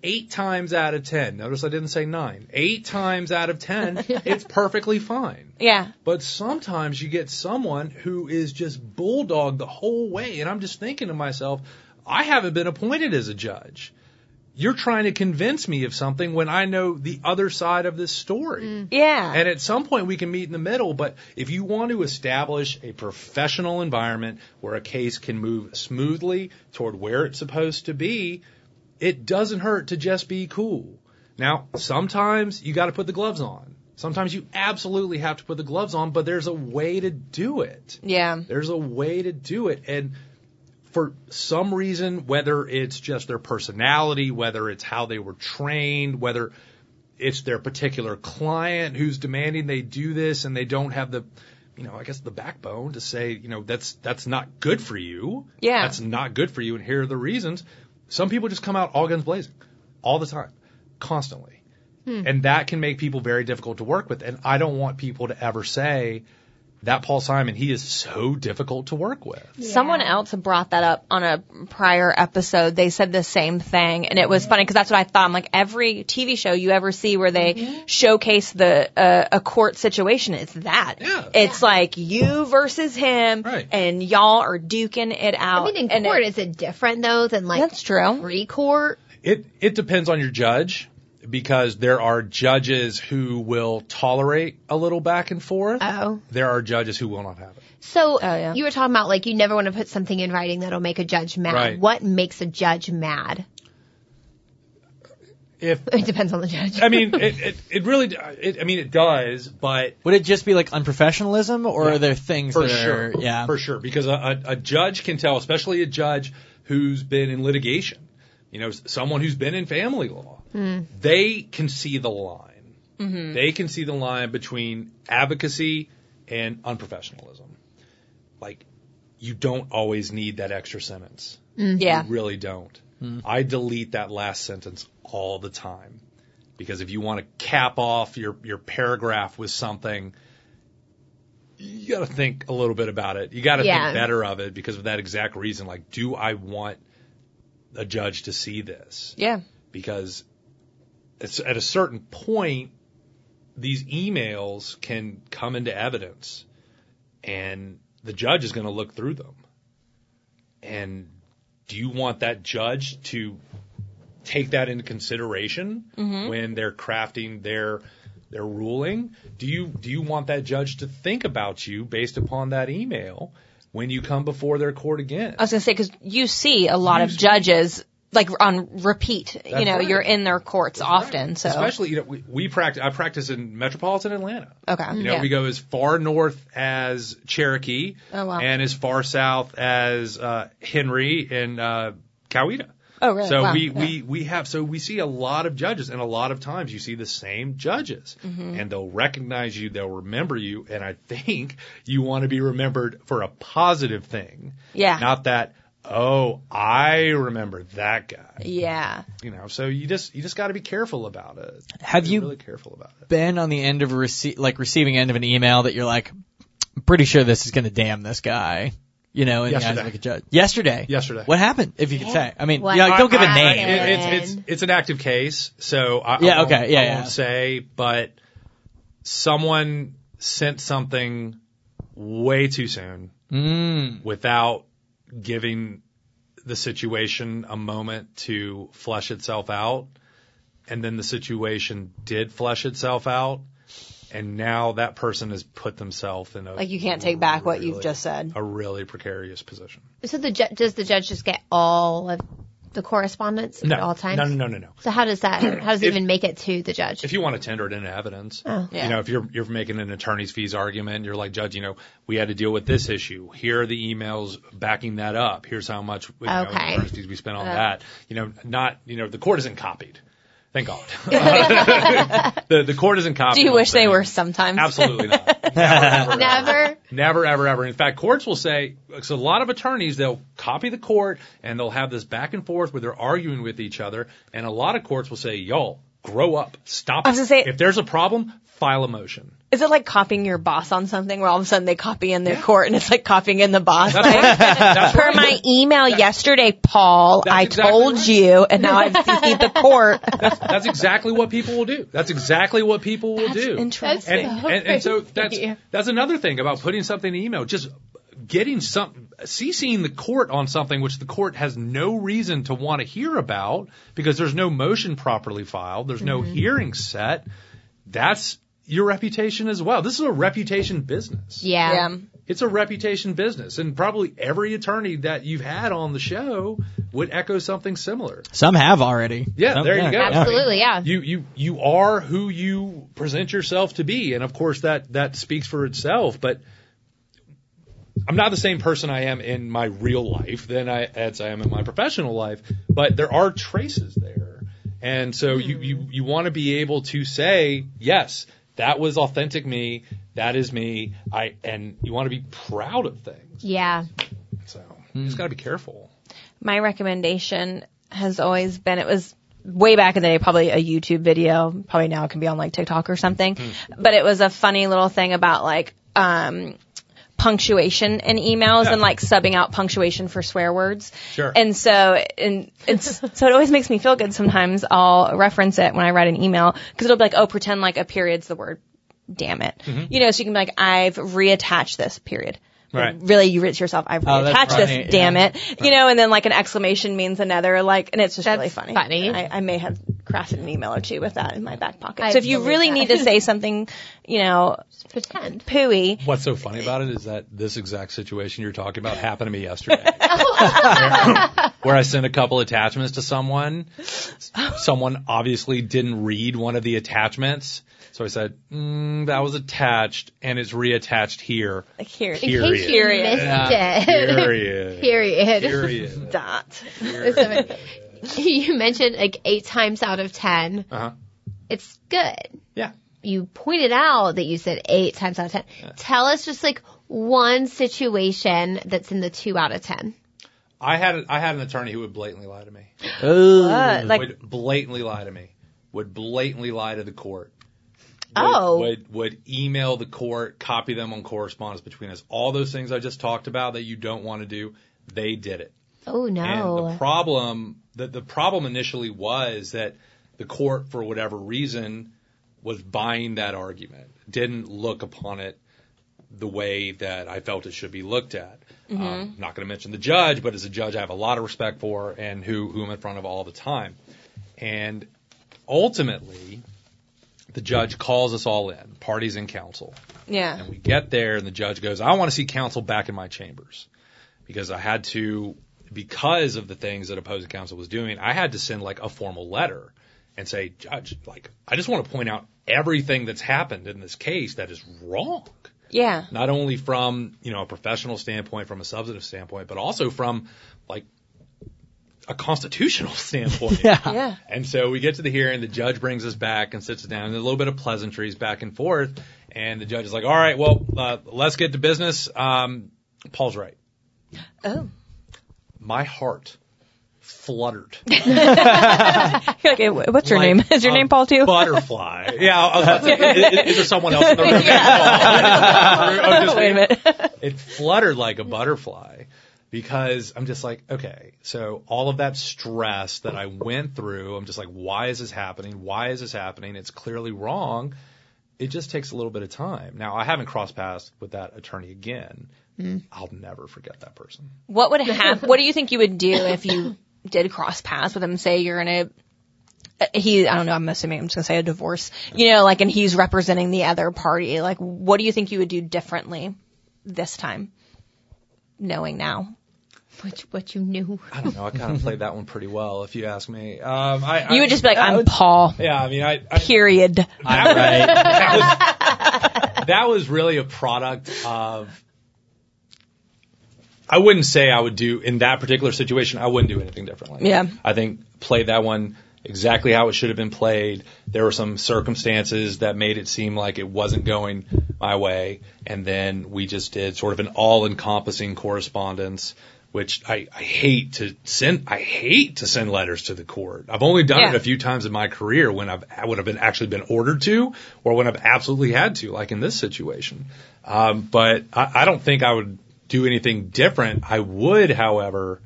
D: eight times out of ten, notice I didn't say nine. Eight times out of ten, it's perfectly fine.
B: Yeah.
D: But sometimes you get someone who is just bulldog the whole way. And I'm just thinking to myself, I haven't been appointed as a judge. You're trying to convince me of something when I know the other side of this story.
B: Yeah.
D: And at some point we can meet in the middle, but if you want to establish a professional environment where a case can move smoothly toward where it's supposed to be, it doesn't hurt to just be cool. Now, sometimes you got to put the gloves on. Sometimes you absolutely have to put the gloves on, but there's a way to do it.
B: yeah.
D: There's a way to do it. And for some reason, whether it's just their personality, whether it's how they were trained, whether it's their particular client who's demanding they do this and they don't have the, you know, I guess the backbone to say, you know, that's, that's not good for you.
B: Yeah.
D: That's not good for you and here are the reasons. Some people just come out all guns blazing.
F: all the time, constantly. And that can make people very difficult to work with. And I don't want people to ever say that Paul Simon, he is so difficult to work with.
B: Someone else brought that up on a prior episode. They said the same thing, and it was funny because that's what I thought. I'm like, every TV show you ever see where they
D: Mm-hmm.
B: showcase the uh, a court situation, it's that.
D: Yeah.
B: It's like you versus him,
D: Right.
B: and y'all are duking it out.
C: I mean, in
B: and
C: court,
B: it-
C: is it different though than like
B: That's true.
C: pre-court?
D: It it depends on your judge because there are judges who will tolerate a little back and forth.
C: Oh,
D: There are judges who will not have it.
C: so
B: Oh, yeah.
C: you were talking about like you never want to put something in writing that'll make a judge mad.
D: Right.
C: What makes a judge mad?
D: If
C: It depends on the judge.
D: I mean, it, it, it really, it, I mean, it does, but
A: Would it just be like unprofessionalism, or are there things
D: for
A: that
D: sure,
A: are yeah?
D: for sure, because a, a, a judge can tell, especially a judge who's been in litigation, you know, s- someone who's been in family law, they can see the line. They can see the line between advocacy and unprofessionalism. Like, you don't always need that extra sentence.
B: Mm-hmm. yeah.
D: You really don't. I delete that last sentence all the time because if you want to cap off your, your paragraph with something, you got to think a little bit about it. You got to
C: Yeah.
D: think better of it because of that exact reason. Like, do I want a judge to see this?
B: Yeah.
D: Because it's, at a certain point, these emails can come into evidence and the judge is going to look through them. And do you want that judge to take that into consideration when they're crafting their their ruling? Do you do you want that judge to think about you based upon that email when you come before their court again?
B: I was gonna say because you see a lot of judges like on repeat. you know,
D: right.
B: you're in their courts often. So
D: Especially, you know, we, we practice. I practice in metropolitan Atlanta.
B: okay,
D: You know,
B: yeah.
D: we go as far north as Cherokee
B: Oh, wow.
D: and as far south as uh, Henry and uh, Coweta.
B: Oh, really?
D: So
B: Wow.
D: we, we, we have, so we see a lot of judges and a lot of times you see the same judges
B: Mm-hmm.
D: and they'll recognize you, they'll remember you. And I think you want to be remembered for a positive thing.
B: Yeah.
D: Not that, oh, I remember that guy,
B: yeah.
D: you know, so you just, you just got to be careful about it.
A: Have
D: Be
A: you
D: really careful about it?
A: been on the end of a rece- like receiving end of an email that you're like, I'm pretty sure this is going to damn this guy. You know, in the eyes
D: Yesterday.
A: of like a judge. Yesterday.
D: Yesterday.
A: What happened? If you could say. I mean,
C: What
A: yeah, don't give a
C: happened?
A: name.
D: It- it's, it's, it's an active case, so I, I
A: Yeah,
D: won't-
A: okay, yeah,
D: I
A: yeah.
D: won't say, but someone sent something way too soon
A: Mm.
D: without giving the situation a moment to flesh itself out, and then the situation did flesh itself out, and now that person has put themselves in a
B: Like you can't take back what you've
D: really-
B: just said.
D: a really precarious position.
C: so the ju- does the judge just get all of the correspondence
D: No,
C: at all times?
D: no, no, no, no, no.
C: So how does that? How does it
D: If-
C: even make it to the judge?
D: if you want to tender it into evidence,
B: Yeah.
D: you know, if you're you're making an attorney's fees argument, you're like, Judge, you know, we had to deal with this issue. Here are the emails backing that up. Here's how much you know,
C: Okay.
D: attorney's fees we spent on that. You know, not you know, the court isn't copied. Thank God. the the court isn't copied.
B: Do you
D: on
B: wish they
D: things.
B: were sometimes?
D: Absolutely not. Never.
C: Never.
D: Never, ever, ever. In fact, courts will say, because a lot of attorneys, they'll copy the court and they'll have this back and forth where they're arguing with each other. And a lot of courts will say, y'all, grow up. Stop.
B: I was
D: it.
B: gonna say-
D: if there's a problem, file a motion.
B: Is it like copying your boss on something where all of a sudden they copy in their court and it's like copying in the boss?
D: That's right. That's
B: Per
D: right.
B: my email yesterday, Paul,
D: That's
B: I
D: exactly
B: told
D: right.
B: you, and now I've CC'd the court.
D: That's, that's exactly what people will do. That's exactly what people will do.
B: Interesting.
D: and, and, and so that's
C: Yeah.
D: that's another thing about putting something in email. Just getting some CCing the court on something which the court has no reason to want to hear about because there's no motion properly filed, there's no hearing set. That's your reputation as well. This is a reputation business.
C: yeah.
B: yeah.
D: It's a reputation business, and probably every attorney that you've had on the show would echo something similar.
A: Some have already.
D: Yeah,
A: Some-
D: there you go.
C: Absolutely. Yeah.
D: You you you are who you present yourself to be, and of course that that speaks for itself. But I'm not the same person I am in my real life than I as I am in my professional life. But there are traces there, and so you you you want to be able to say yes, that was authentic me. That is me. I and you want to be proud of things.
C: Yeah.
D: So you just got to be careful.
B: my recommendation has always been it was way back in the day, probably a YouTube video. Probably now it can be on like TikTok or something.
D: Hmm.
B: But it was a funny little thing about like um, punctuation in emails and like subbing out punctuation for swear words.
D: Sure.
B: And so and it's so it always makes me feel good. Sometimes I'll reference it when I write an email because it'll be like, oh, pretend like a period's the word. Damn it.
D: Mm-hmm.
B: You know, so you can be like, I've reattached this period.
D: Right.
B: Really, you wrote to yourself, I've
A: Oh, that's
B: reattached this,
A: funny, yeah.
B: damn it. You know, and then like an exclamation means another, like, and it's just
C: That's
B: really funny.
C: funny.
B: I, I may have crafted an email or two with that in my back pocket.
C: I
B: so if you
C: believe
B: really
C: that.
B: need to say something, you know,
C: Just pretend.
B: pooey,
D: What's so funny about it is that this exact situation you're talking about happened to me yesterday. where I sent a couple attachments to someone. S- Someone obviously didn't read one of the attachments. So I said, mm, that was attached and it's reattached here.
B: like here,
C: In
B: here,
D: Here. Period.
C: case you
B: Period.
C: missed
D: Yeah.
C: it.
D: Period.
C: Period.
D: Period.
B: dot.
D: Period.
C: you mentioned like eight times out of ten.
F: Uh-huh.
C: It's good.
D: Yeah.
C: You pointed out that you said eight times out of ten. Tell us just like one situation that's in the two out of ten.
F: I had I had an attorney who would blatantly lie to me.
B: But, Uh, like,
F: would blatantly lie to me. Would blatantly lie to the court. Would,
C: Oh.
F: Would would email the court, copy them on correspondence between us. All those things I just talked about that you don't want to do, they did it.
C: Oh
D: And the
C: no.
D: problem, the, the problem initially was that the court, for whatever reason, was buying that argument, didn't look upon it the way that I felt it should be looked at. Um, not going to mention the judge, but as a judge, I have a lot of respect for and who, who I'm in front of all the time. And ultimately, the judge calls us all in, parties and counsel.
B: yeah.
D: We get there, and the judge goes, I want to see counsel back in my chambers because I had to, because of the things that opposing counsel was doing, I had to send like a formal letter and say, Judge, like, I just want to point out everything that's happened in this case that is wrong
B: Yeah.
D: not only from you know a professional standpoint, from a substantive standpoint, but also from like a constitutional standpoint.
A: Yeah.
B: Yeah.
D: And so we get to the hearing, the judge brings us back and sits us down, and a little bit of pleasantries back and forth, and the judge is like, "All right, well, uh, let's get to business." Um, Paul's right.
B: Oh.
D: My heart fluttered.
B: You're like, eh, wh- what's your
D: like
B: name? Is your
D: a
B: name Paul too?
D: Butterfly. yeah. I was about to say, is, is there someone else in the room? I'm just
B: Wait a minute.
D: it fluttered like a butterfly because I'm just like, okay, so all of that stress that I went through, I'm just like, why is this happening? Why is this happening? It's clearly wrong. It just takes a little bit of time. Now, I haven't crossed paths with that attorney again.
B: Mm-hmm.
D: I'll never forget that person.
B: what would happen? What do you think you would do if you did cross paths with him? Say you're in a uh, he, I don't know, I'm assuming I'm just gonna say a divorce, you know, like, and he's representing the other party. Like, what do you think you would do differently this time, knowing now?
C: Which what you knew.
D: I don't know. I kind of played that one pretty well, if you ask me. Um, I, I,
B: You would just be like, I'm Paul.
D: yeah. I mean, I, I
B: Period.
D: that, was, that was that was really a product of. I wouldn't say I would do in that particular situation. I wouldn't do anything differently.
B: Yeah.
D: I think played that one exactly how it should have been played. There were some circumstances that made it seem like it wasn't going my way, and then we just did sort of an all-encompassing correspondence. Which I, I hate to send. I hate to send letters to the court. I've only done it
B: Yeah.
D: a few times in my career when I've I would have been actually been ordered to, or when I've absolutely had to, like in this situation. Um, but I, I don't think I would do anything different. I would, however,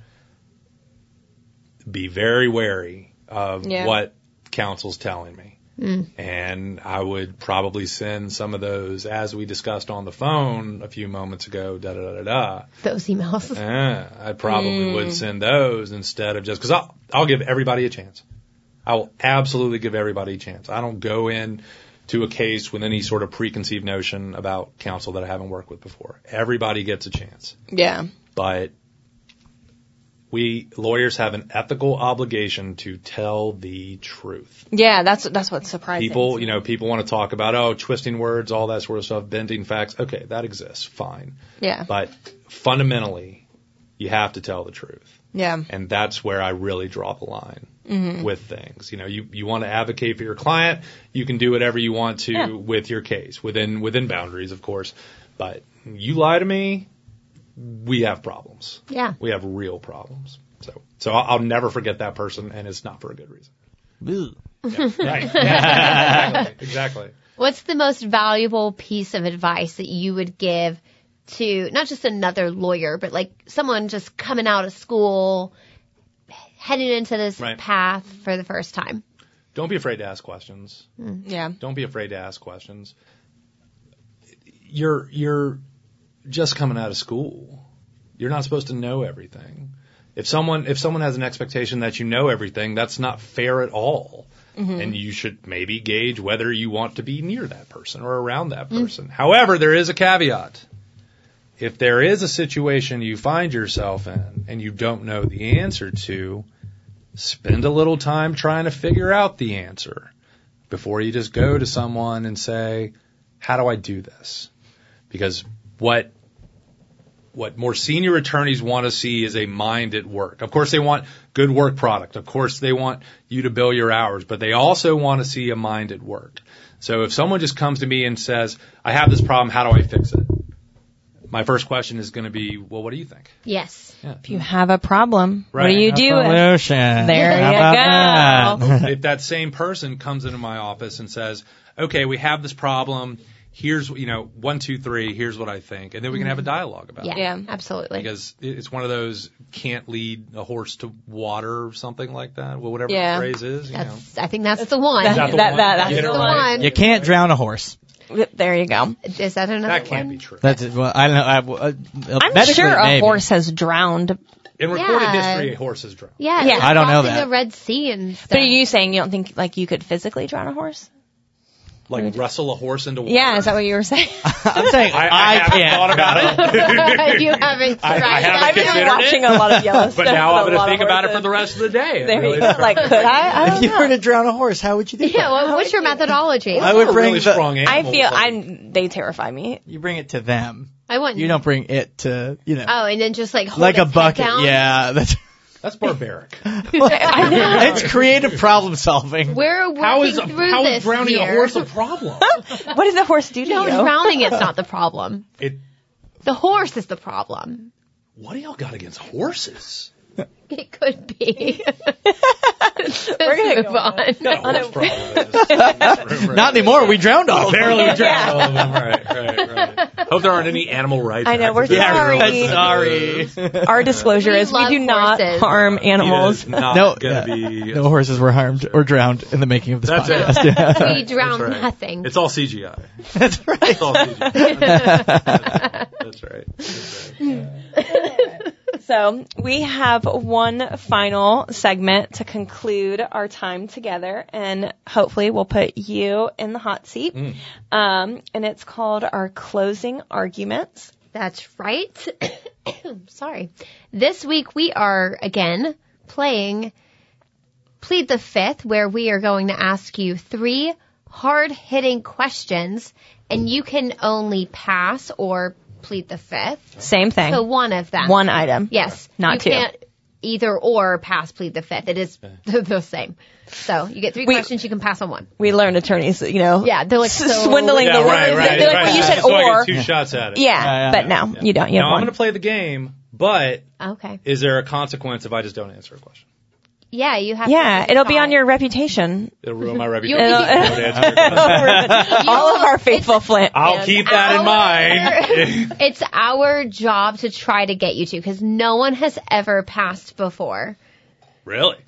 D: be very wary of
B: Yeah.
D: what counsel's telling me. And I would probably send some of those, as we discussed on the phone a few moments ago, da da da da da.
C: Those emails.
D: Eh, I probably would send those instead of just because I'll, I'll give everybody a chance. I will absolutely give everybody a chance. I don't go in to a case with any sort of preconceived notion about counsel that I haven't worked with before. Everybody gets a chance,
B: Yeah.
D: but we lawyers have an ethical obligation to tell the truth.
B: Yeah. That's, that's what's surprising.
D: People, you know, people want to talk about, oh, twisting words, all that sort of stuff, bending facts. Okay, that exists. Fine.
B: Yeah.
D: But fundamentally, you have to tell the truth.
B: Yeah.
D: And that's where I really draw the line with things. You know, you, you want to advocate for your client, you can do whatever you want to
B: Yeah.
D: with your case within within boundaries, of course. But you lie to me, we have problems.
C: Yeah.
D: We have real problems. So so I'll, I'll never forget that person, and it's not for a good reason.
A: Boo.
D: Right. Yeah, exactly. exactly.
C: What's the most valuable piece of advice that you would give to not just another lawyer, but like someone just coming out of school, heading into this
D: Right.
C: path for the first time?
D: Don't be afraid to ask questions.
B: Yeah.
D: Don't be afraid to ask questions. You're you're just coming out of school. You're not supposed to know everything. If someone if someone has an expectation that you know everything, that's not fair at all.
B: Mm-hmm.
D: And you should maybe gauge whether you want to be near that person or around that person. However, there is a caveat. If there is a situation you find yourself in and you don't know the answer to, spend a little time trying to figure out the answer before you just go to someone and say, "How do I do this?" Because what what more senior attorneys want to see is a mind at work. Of course, they want good work product. Of course, they want you to bill your hours, but they also want to see a mind at work. So if someone just comes to me and says, "I have this problem. How do I fix it?" My first question is going to be, "Well, what do you think?"
C: Yes.
B: If you have a problem, what do
D: Right.
B: you do?
G: Solution.
B: There
G: How
B: you
G: about
B: go.
G: that?
D: if that same person comes into my office and says, "Okay, we have this problem. Here's you know one, two, three. Here's what I think," and then we can have a dialogue about
C: Yeah.
D: it
B: Mm-hmm. Yeah.
C: Absolutely.
D: Uh, because it- it's one of those can't lead a horse to water or something like that. Well, whatever
B: Yeah.
D: the phrase is, you know.
C: that's, I think that's the one.
B: That,
D: that the
B: that,
D: one?
B: that, that's
D: Get it
B: the
D: right.
B: one.
G: you can't drown a horse.
B: There you go.
C: Is that another
D: That can't
C: one?
D: be true.
G: That's it. well, I don't know. I, uh, uh,
B: I'm
G: medically,
B: sure a
G: maybe.
B: horse has drowned.
D: In recorded
C: Yeah.
D: history, horses drown.
C: Yeah.
B: Yeah.
C: it's
G: I don't know
C: crossing
G: that.
C: The Red Sea and stuff.
B: But are you saying you don't think like you could physically drown a horse?
D: Like wrestle a horse into water.
B: Yeah, is that what you were saying?
G: I'm saying
D: I, I, haven't
G: can't.
D: thought about it,
C: you haven't
D: I
C: tried
D: haven't
C: that
B: I've been
C: yet.
D: considered it.
B: watching a lot of Yellowstone.
D: but now
B: and a
D: I'm going to
B: lot of
D: think about it for
B: horses.
D: the rest of the day.
B: There you
D: Really.
B: go. Like, could I? I
A: If
B: don't
A: you
B: know.
A: were to drown a horse, how would you do
C: Yeah,
A: that?
C: what, what's your methodology?
A: I
C: I,
A: would
D: They're
A: bring
D: really
A: the-
D: strong
B: I
D: animals,
B: feel
D: like-
B: I'm. They terrify me.
A: You bring it to them.
C: want
A: You don't bring it to you know
C: Oh, and then just like hold
A: like a
C: its head
A: bucket.
C: down?
A: Yeah, that's
D: That's barbaric.
A: it's creative problem solving.
C: We're working
D: How is
C: through
D: how
C: this
D: is drowning
C: here.
D: a horse a problem?
B: What does the horse do to
C: No,
B: you?
C: drowning it's not the problem.
D: it,
C: The horse is the problem.
D: what do y'all got against horses?
C: It could be.
B: We're gonna
C: Move
B: go
C: on.
D: Not a horse problem.
A: Not anymore. We drowned all of them.
D: Barely drowned all of them. Right, right, right. Hope there aren't any animal rights.
B: I know, we're
D: activists.
B: Yeah, sorry.
D: It
A: sorry.
B: Our disclosure
C: We
B: is we
C: love
B: do not
C: horses.
B: harm
D: is
B: animals.
D: not
A: No,
D: gonna
A: yeah.
D: be.
A: No horses were harmed or drowned in the making of this
D: That's
A: podcast.
D: it.
C: we drown
D: That's right.
C: nothing.
D: It's all CGI.
A: That's right.
D: It's all CGI. That's right. That's right.
B: So we have one final segment to conclude our time together, and hopefully we'll put you in the hot seat.
D: Mm.
B: Um, and it's called our closing arguments.
C: That's right. Sorry. This week we are again playing Plead the Fifth, where we are going to ask you three hard hitting questions, and you can only pass or plead the fifth.
B: Same thing.
C: So one of them.
B: one item.
C: Yes.
B: Not
C: you
B: two.
C: Can't either or pass plead the fifth. It is the same. So you get three
B: We-
C: questions. You can pass on one.
B: We learn attorneys, you know.
C: Yeah, they're like so-
B: s- swindling
D: Yeah,
B: the
D: right,
B: words.
D: right.
B: They're like,
D: right.
B: well, you said
D: So I get
B: or.
D: two shots at it.
B: Yeah,
A: Yeah, yeah.
B: but no, you don't. You have
D: Now I'm
B: one.
D: going to play the game, but
C: Okay.
D: is there a consequence if I just don't answer a question?
C: Yeah, you have.
B: yeah,
C: to
B: it'll be on
C: decide.
B: your reputation.
D: It'll ruin my
C: You'll
D: reputation.
C: be-
D: if I don't answer a question.
B: All of our faithful Flint.
D: I'll keep that in mind.
C: It's our job to try to get you to because no one has ever passed before.
D: really?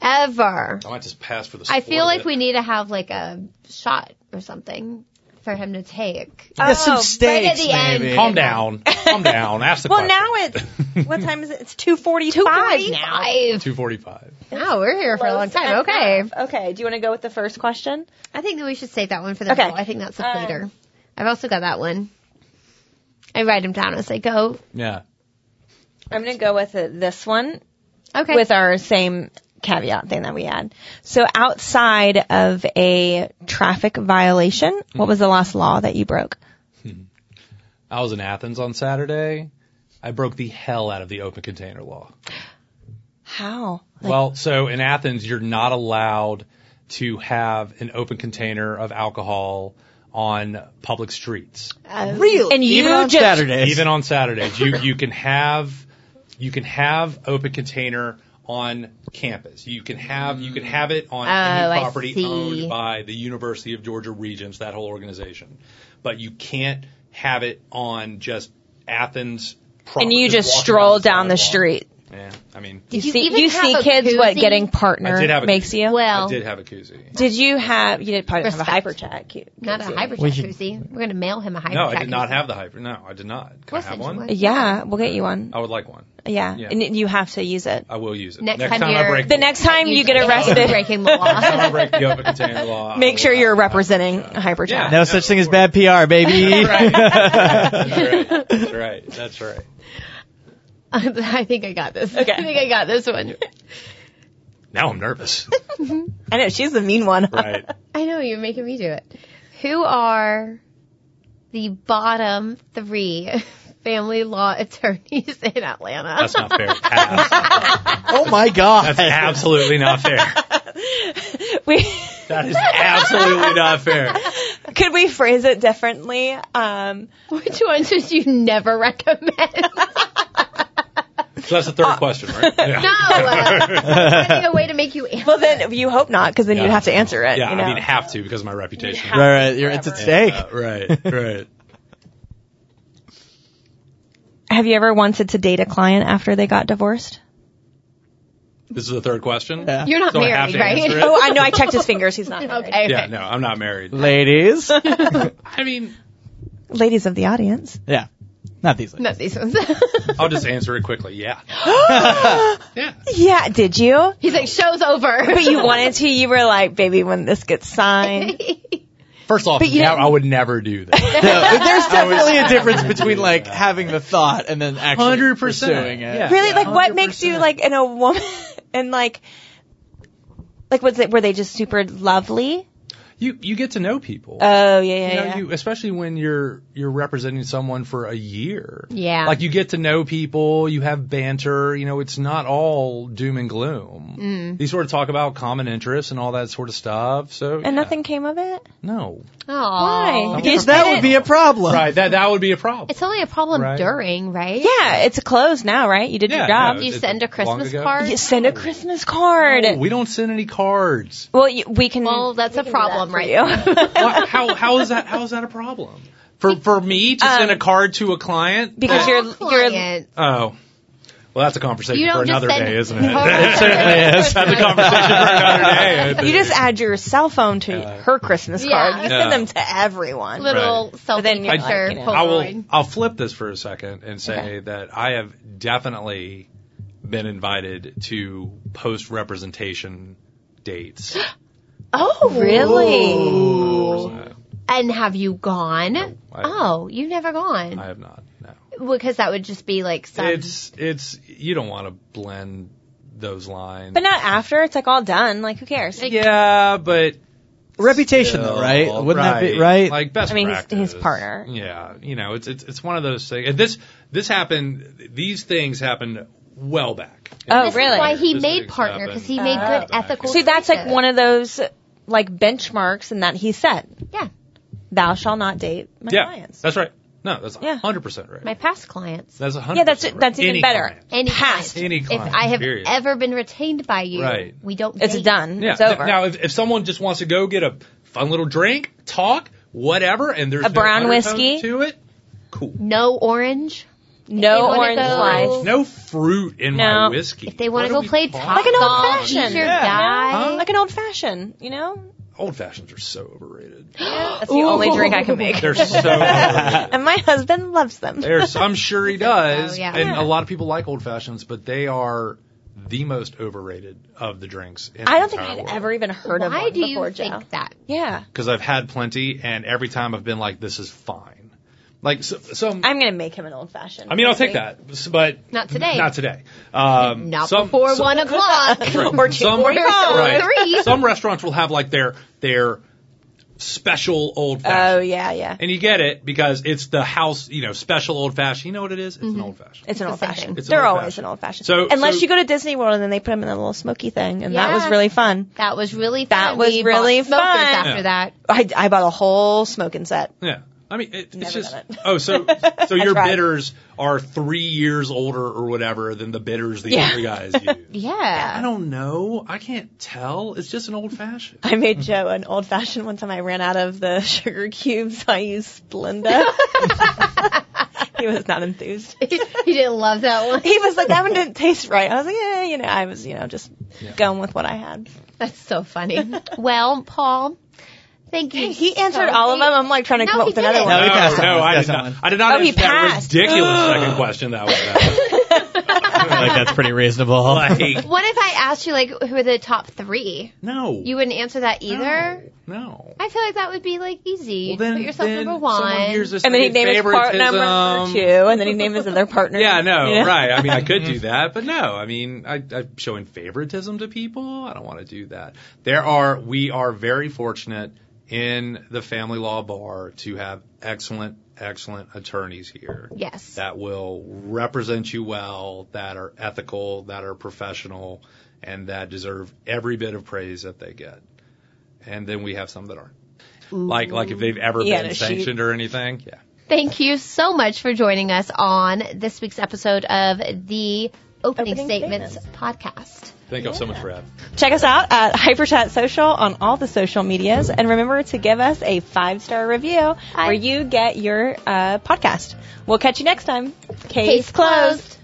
C: Ever.
D: I might just pass for the.
C: I
D: sport
C: feel
D: of
C: like
D: it.
C: we need to have like a shot or something for him to take.
A: That's some
B: Oh,
A: steaks,
C: right at the end.
A: maybe.
D: Calm down. Calm down. Ask the
B: Well,
D: question.
B: now it's what time is it? It's two forty-five now.
C: Five.
D: 245.
C: Wow, we're here for a long time. Okay.
B: Okay. Do you want to go with the first question?
C: I think that we should save that one for the
B: Okay.
C: middle. I think that's a pleader. I've also got that one. I write them down as I go.
D: Yeah.
B: I'm going to go with uh this one
C: Okay.
B: with our same caveat thing that we had. So outside of a traffic violation,
D: Mm-hmm.
B: what was the last law that you broke?
D: I was in Athens on Saturday. I broke the hell out of the open container law.
B: How?
D: well, so in Athens, you're not allowed to have an open container of alcohol on public streets.
A: Really?
B: And you
A: Even on
B: just-
A: Saturdays.
D: Even on Saturdays, you you can have you can have open container on campus. You can have you can have it on
C: Oh, I
D: any property
C: see.
D: owned by the University of Georgia Regents, that whole organization. But you can't have it on just Athens proper.
B: and you just
D: walking
B: stroll down the
D: sidewalk.
B: street.
D: Yeah, I mean,
C: Did
B: You
C: you
B: see,
C: even
B: you
C: have
B: see
C: a
B: kids what
C: koozie?
B: getting
D: I did
B: partner
D: have a
B: makes
D: koozie.
B: you.
C: Well,
D: I did have a koozie.
B: did you have? You did probably have a
C: Respect.
B: hyperchat. Cute.
C: not a
B: koozie.
C: hyper
A: We
C: chat
A: should-
C: koozie. We're going to mail him a hyper
D: No,
C: chat
D: I did not
C: koozie.
D: have the hyper. No, I did not. Can I
C: course
D: have
C: that you
D: one?
C: would.
B: Yeah, we'll get you one.
D: I would like one.
B: Yeah,
D: Oh, Yeah.
B: and you have to use it.
D: I will use it.
C: Next time
D: time, I
C: you're-
D: break
B: The next time you get arrested,
C: breaking the
D: next time I
C: law.
D: break the open container law. I
B: make
D: will
B: sure
D: have
B: you're
D: a hyper
B: representing
D: chat.
B: hyperchat.
D: Yeah.
A: No such thing as bad PR, baby.
D: That's right. That's right. That's right.
C: I think I got this.
B: Okay.
C: I think I got this one.
D: Now I'm nervous.
B: I know she's the mean one.
D: right.
C: I know you're making me do it. Who are the bottom three family law attorneys in Atlanta?
D: That's not fair. Pass.
A: oh my god.
D: That's absolutely not fair.
B: we
D: That is absolutely not fair.
B: could we phrase it differently? Um,
C: Which ones would you never recommend?
D: So that's the third question, right? Yeah.
C: No, uh, finding a way to make you answer.
B: well, then you hope not, because then you'd
D: Yeah.
B: have to answer it.
D: Yeah,
B: you know?
D: I mean, have to because of my reputation.
A: Right, right. You're, it's a
B: Forever.
A: stake.
D: Uh, right, right.
B: have you ever wanted to date a client after they got divorced?
D: This is the third question.
A: Yeah.
C: You're not
D: So I
C: married,
D: have to
C: right?
D: answer it?
B: Oh, I know. I checked his fingers. He's not.
C: okay.
B: married.
D: Yeah, no, I'm not married.
A: Ladies.
D: I mean,
B: Ladies of the audience.
A: yeah. Not these ladies.
C: Not these ones.
D: I'll just answer it quickly. Yeah. yeah.
B: Yeah. Did you?
C: He's like, show's over.
B: But you wanted to. You were like, baby, when this gets signed.
D: First off,
B: you
D: now
B: didn't-
D: I would never do that.
A: No, but there's definitely a difference between like having the thought and then actually
D: 100%.
A: pursuing it.
D: Yeah.
B: Really? Like, what makes you like in a woman and like, like was it? Were they just super lovely?
D: You you get to know people.
B: Oh yeah, yeah,
D: you know,
B: yeah.
D: you, especially when you're you're representing someone for a year.
C: Yeah.
D: Like you get to know people, you have banter, you know, it's not all doom and gloom. Mm. You sort of talk about common interests and all that sort of stuff. So yeah.
B: and nothing came of it.
D: No.
C: Aw.
B: Why?
A: Because that would be a problem.
D: Right. That that would be a problem.
C: It's only a problem
D: Right.
C: during, right?
B: Yeah, it's closed now, right? You did your
D: Yeah,
B: job.
D: no,
C: You
D: It's
C: send a
D: long
C: Christmas
D: ago.
C: card.
B: You send a Christmas card.
D: Oh, we don't send any cards.
B: well, you, we can.
C: Well, that's a problem,
B: for
C: right?
B: you.
D: Why- how how is that how is that a problem? For for me to send a card to a client?
B: because you're you're
C: Client.
D: Oh. Well, that's a conversation
C: You
D: for
C: don't just
D: another
C: send
D: day, isn't it?
C: cards. It certainly is.
D: That's a conversation for another day. I
B: you
D: think.
B: just add your cell phone to her Christmas
C: Yeah.
B: card. You send
D: Yeah.
B: them to everyone.
C: little selfie
B: then you're like,
C: picture.
B: you know.
D: I
C: Polaroid.
D: will. I'll flip this for a second and say that I have definitely been invited to post representation dates.
B: oh, really?
C: And have you gone?
D: I-
C: oh, you've never gone.
D: I have not. No.
C: because that would just be like some.
D: It's it's you don't want to blend those lines.
B: But not after. It's like all done. Like who cares?
D: yeah, but
A: Reputation though, right?
D: Well,
A: Wouldn't that be right?
D: Like best
B: I mean, he's-
D: practice.
B: his partner.
D: Yeah, you know, it's it's it's one of those things. And this this happened. These things happened well back.
B: Oh,
C: this
B: really?
C: is why he
D: This
C: made
D: things
C: partner
D: happen
C: because he made
D: well
C: good
D: back.
C: ethical.
B: See, that's like one of those like benchmarks, and that he set,
C: yeah
B: "Thou shall not date my
D: Yeah,
B: clients."
D: that's right. No, that's
B: Yeah.
D: hundred percent right.
C: my past clients.
D: That's a hundred.
B: yeah, that's
D: percent right.
B: that's even
D: Any
B: better.
D: client.
C: Any
B: Past.
C: client.
D: Any client,
C: If I have
D: period.
C: ever been retained by you,
D: Right.
C: we don't.
B: It's
C: date.
B: done.
D: Yeah.
B: It's over.
D: Now, if, if someone just wants to go get a fun little drink, talk, whatever, and there's
B: A
D: no
B: brown
D: undertone
B: whiskey?
D: to it, cool.
C: No orange.
B: no
C: wanna
B: orange
C: go-
B: life.
D: No fruit in
B: No.
D: my whiskey.
C: If they want to
D: What
C: go
D: are we
C: play
D: talking-
C: top
B: Like an old
C: golf,
B: fashioned.
C: he's your
B: Yeah.
C: guy.
B: Like an old fashioned, you know?
D: Old fashions are so overrated.
B: That's the only drink I can make.
D: They're so. overrated.
B: And my husband loves them.
D: There's, I'm sure he does.
C: Oh, yeah.
D: And
C: Yeah.
D: a lot of people like old fashions, but they are the most overrated of the drinks. In
B: I don't think I'd ever even heard of
C: Why
B: one
C: do you
B: before,
C: think
B: Joe.
C: that?
B: Yeah.
D: Because I've had plenty, and every time I've been like, this is fine. Like, so, some.
B: I'm going to make him an old fashioned.
D: I mean, I'll take that, but
C: Not today.
D: Not today. Um,
C: Not
D: some-
C: before
D: some-
C: one o'clock
B: Or two
D: Some-
B: forty five.
D: Right.
C: three.
D: Some restaurants will have like their their special old
B: Oh,
D: fashioned,
B: yeah, yeah.
D: and you get it because it's the house, you know, special old fashioned. You know what it is? It's an old fashioned.
B: It's an old
C: same
B: fashioned.
C: thing.
D: It's an
B: They're
D: old
B: always
D: fashioned.
B: an old fashioned.
D: So-
B: Unless
D: so-
B: you go to Disney World and then they put them in a little smoky thing, and that was
C: Yeah.
B: really fun.
C: That was really fun.
B: That was
C: We
B: really
C: bought smokers
B: fun.
C: After
D: Yeah.
C: that,
B: I, I bought a whole smoking set.
D: Yeah. I mean, it,
B: Never
D: it's just
B: done it.
D: oh, so so your
B: tried.
D: bidders are three years older or whatever than the bidders the
B: Yeah.
D: other guys use. I
C: Yeah.
D: don't know. I can't tell. It's just an old fashioned.
B: I made Joe an old fashioned one time. I ran out of the sugar cubes. I used Splenda. he was not enthused.
C: he didn't love that one.
B: He was like, that one didn't taste right. I was like, yeah, you know, I was, you know, just going with what I had.
C: That's so funny. well, Paul, thank you.
B: He
C: so
B: answered all of
C: much.
B: them. I'm like trying to
C: No,
B: come up
C: he
B: with another
C: didn't.
B: one.
E: No, he passed on
D: no,
E: this.
D: I
E: That's
D: did
E: on
D: not.
E: one.
D: I did not
B: Oh, he
D: answer that
B: passed.
D: ridiculous second question that was.
E: like that's pretty reasonable.
D: like,
C: What if I asked you like who are the top three?
D: no,
C: You wouldn't answer that either.
D: no.
C: I feel like that would be like easy.
D: Oh. Well, then,
C: Put yourself
D: then
C: number
D: someone
C: one.
D: hears this
B: And then he
D: thing,
B: named his part number
D: favoritism.
B: two, and then he named his other partner.
D: Yeah, no,
B: you know?
D: right. I mean, I could do that, but no. I mean, I, I'm showing favoritism to people. I don't want to do that. There are, we are very fortunate in the family law bar to have excellent, excellent attorneys here
C: yes.
D: that will represent you well, that are ethical, that are professional, and that deserve every bit of praise that they get. And then we have some that aren't. Like, like if they've ever
B: Yeah,
D: been
B: no, she-
D: sanctioned or anything. Yeah.
C: Thank you so much for joining us on this week's episode of the Opening,
B: Opening
C: Statements, podcast.
D: Thank you so much for having. me.
B: Check us out at Hyperchat Social on all the social medias, and remember to give us a five star review where you get your uh, podcast. We'll catch you next time. Case,
C: Case
B: closed.
C: closed.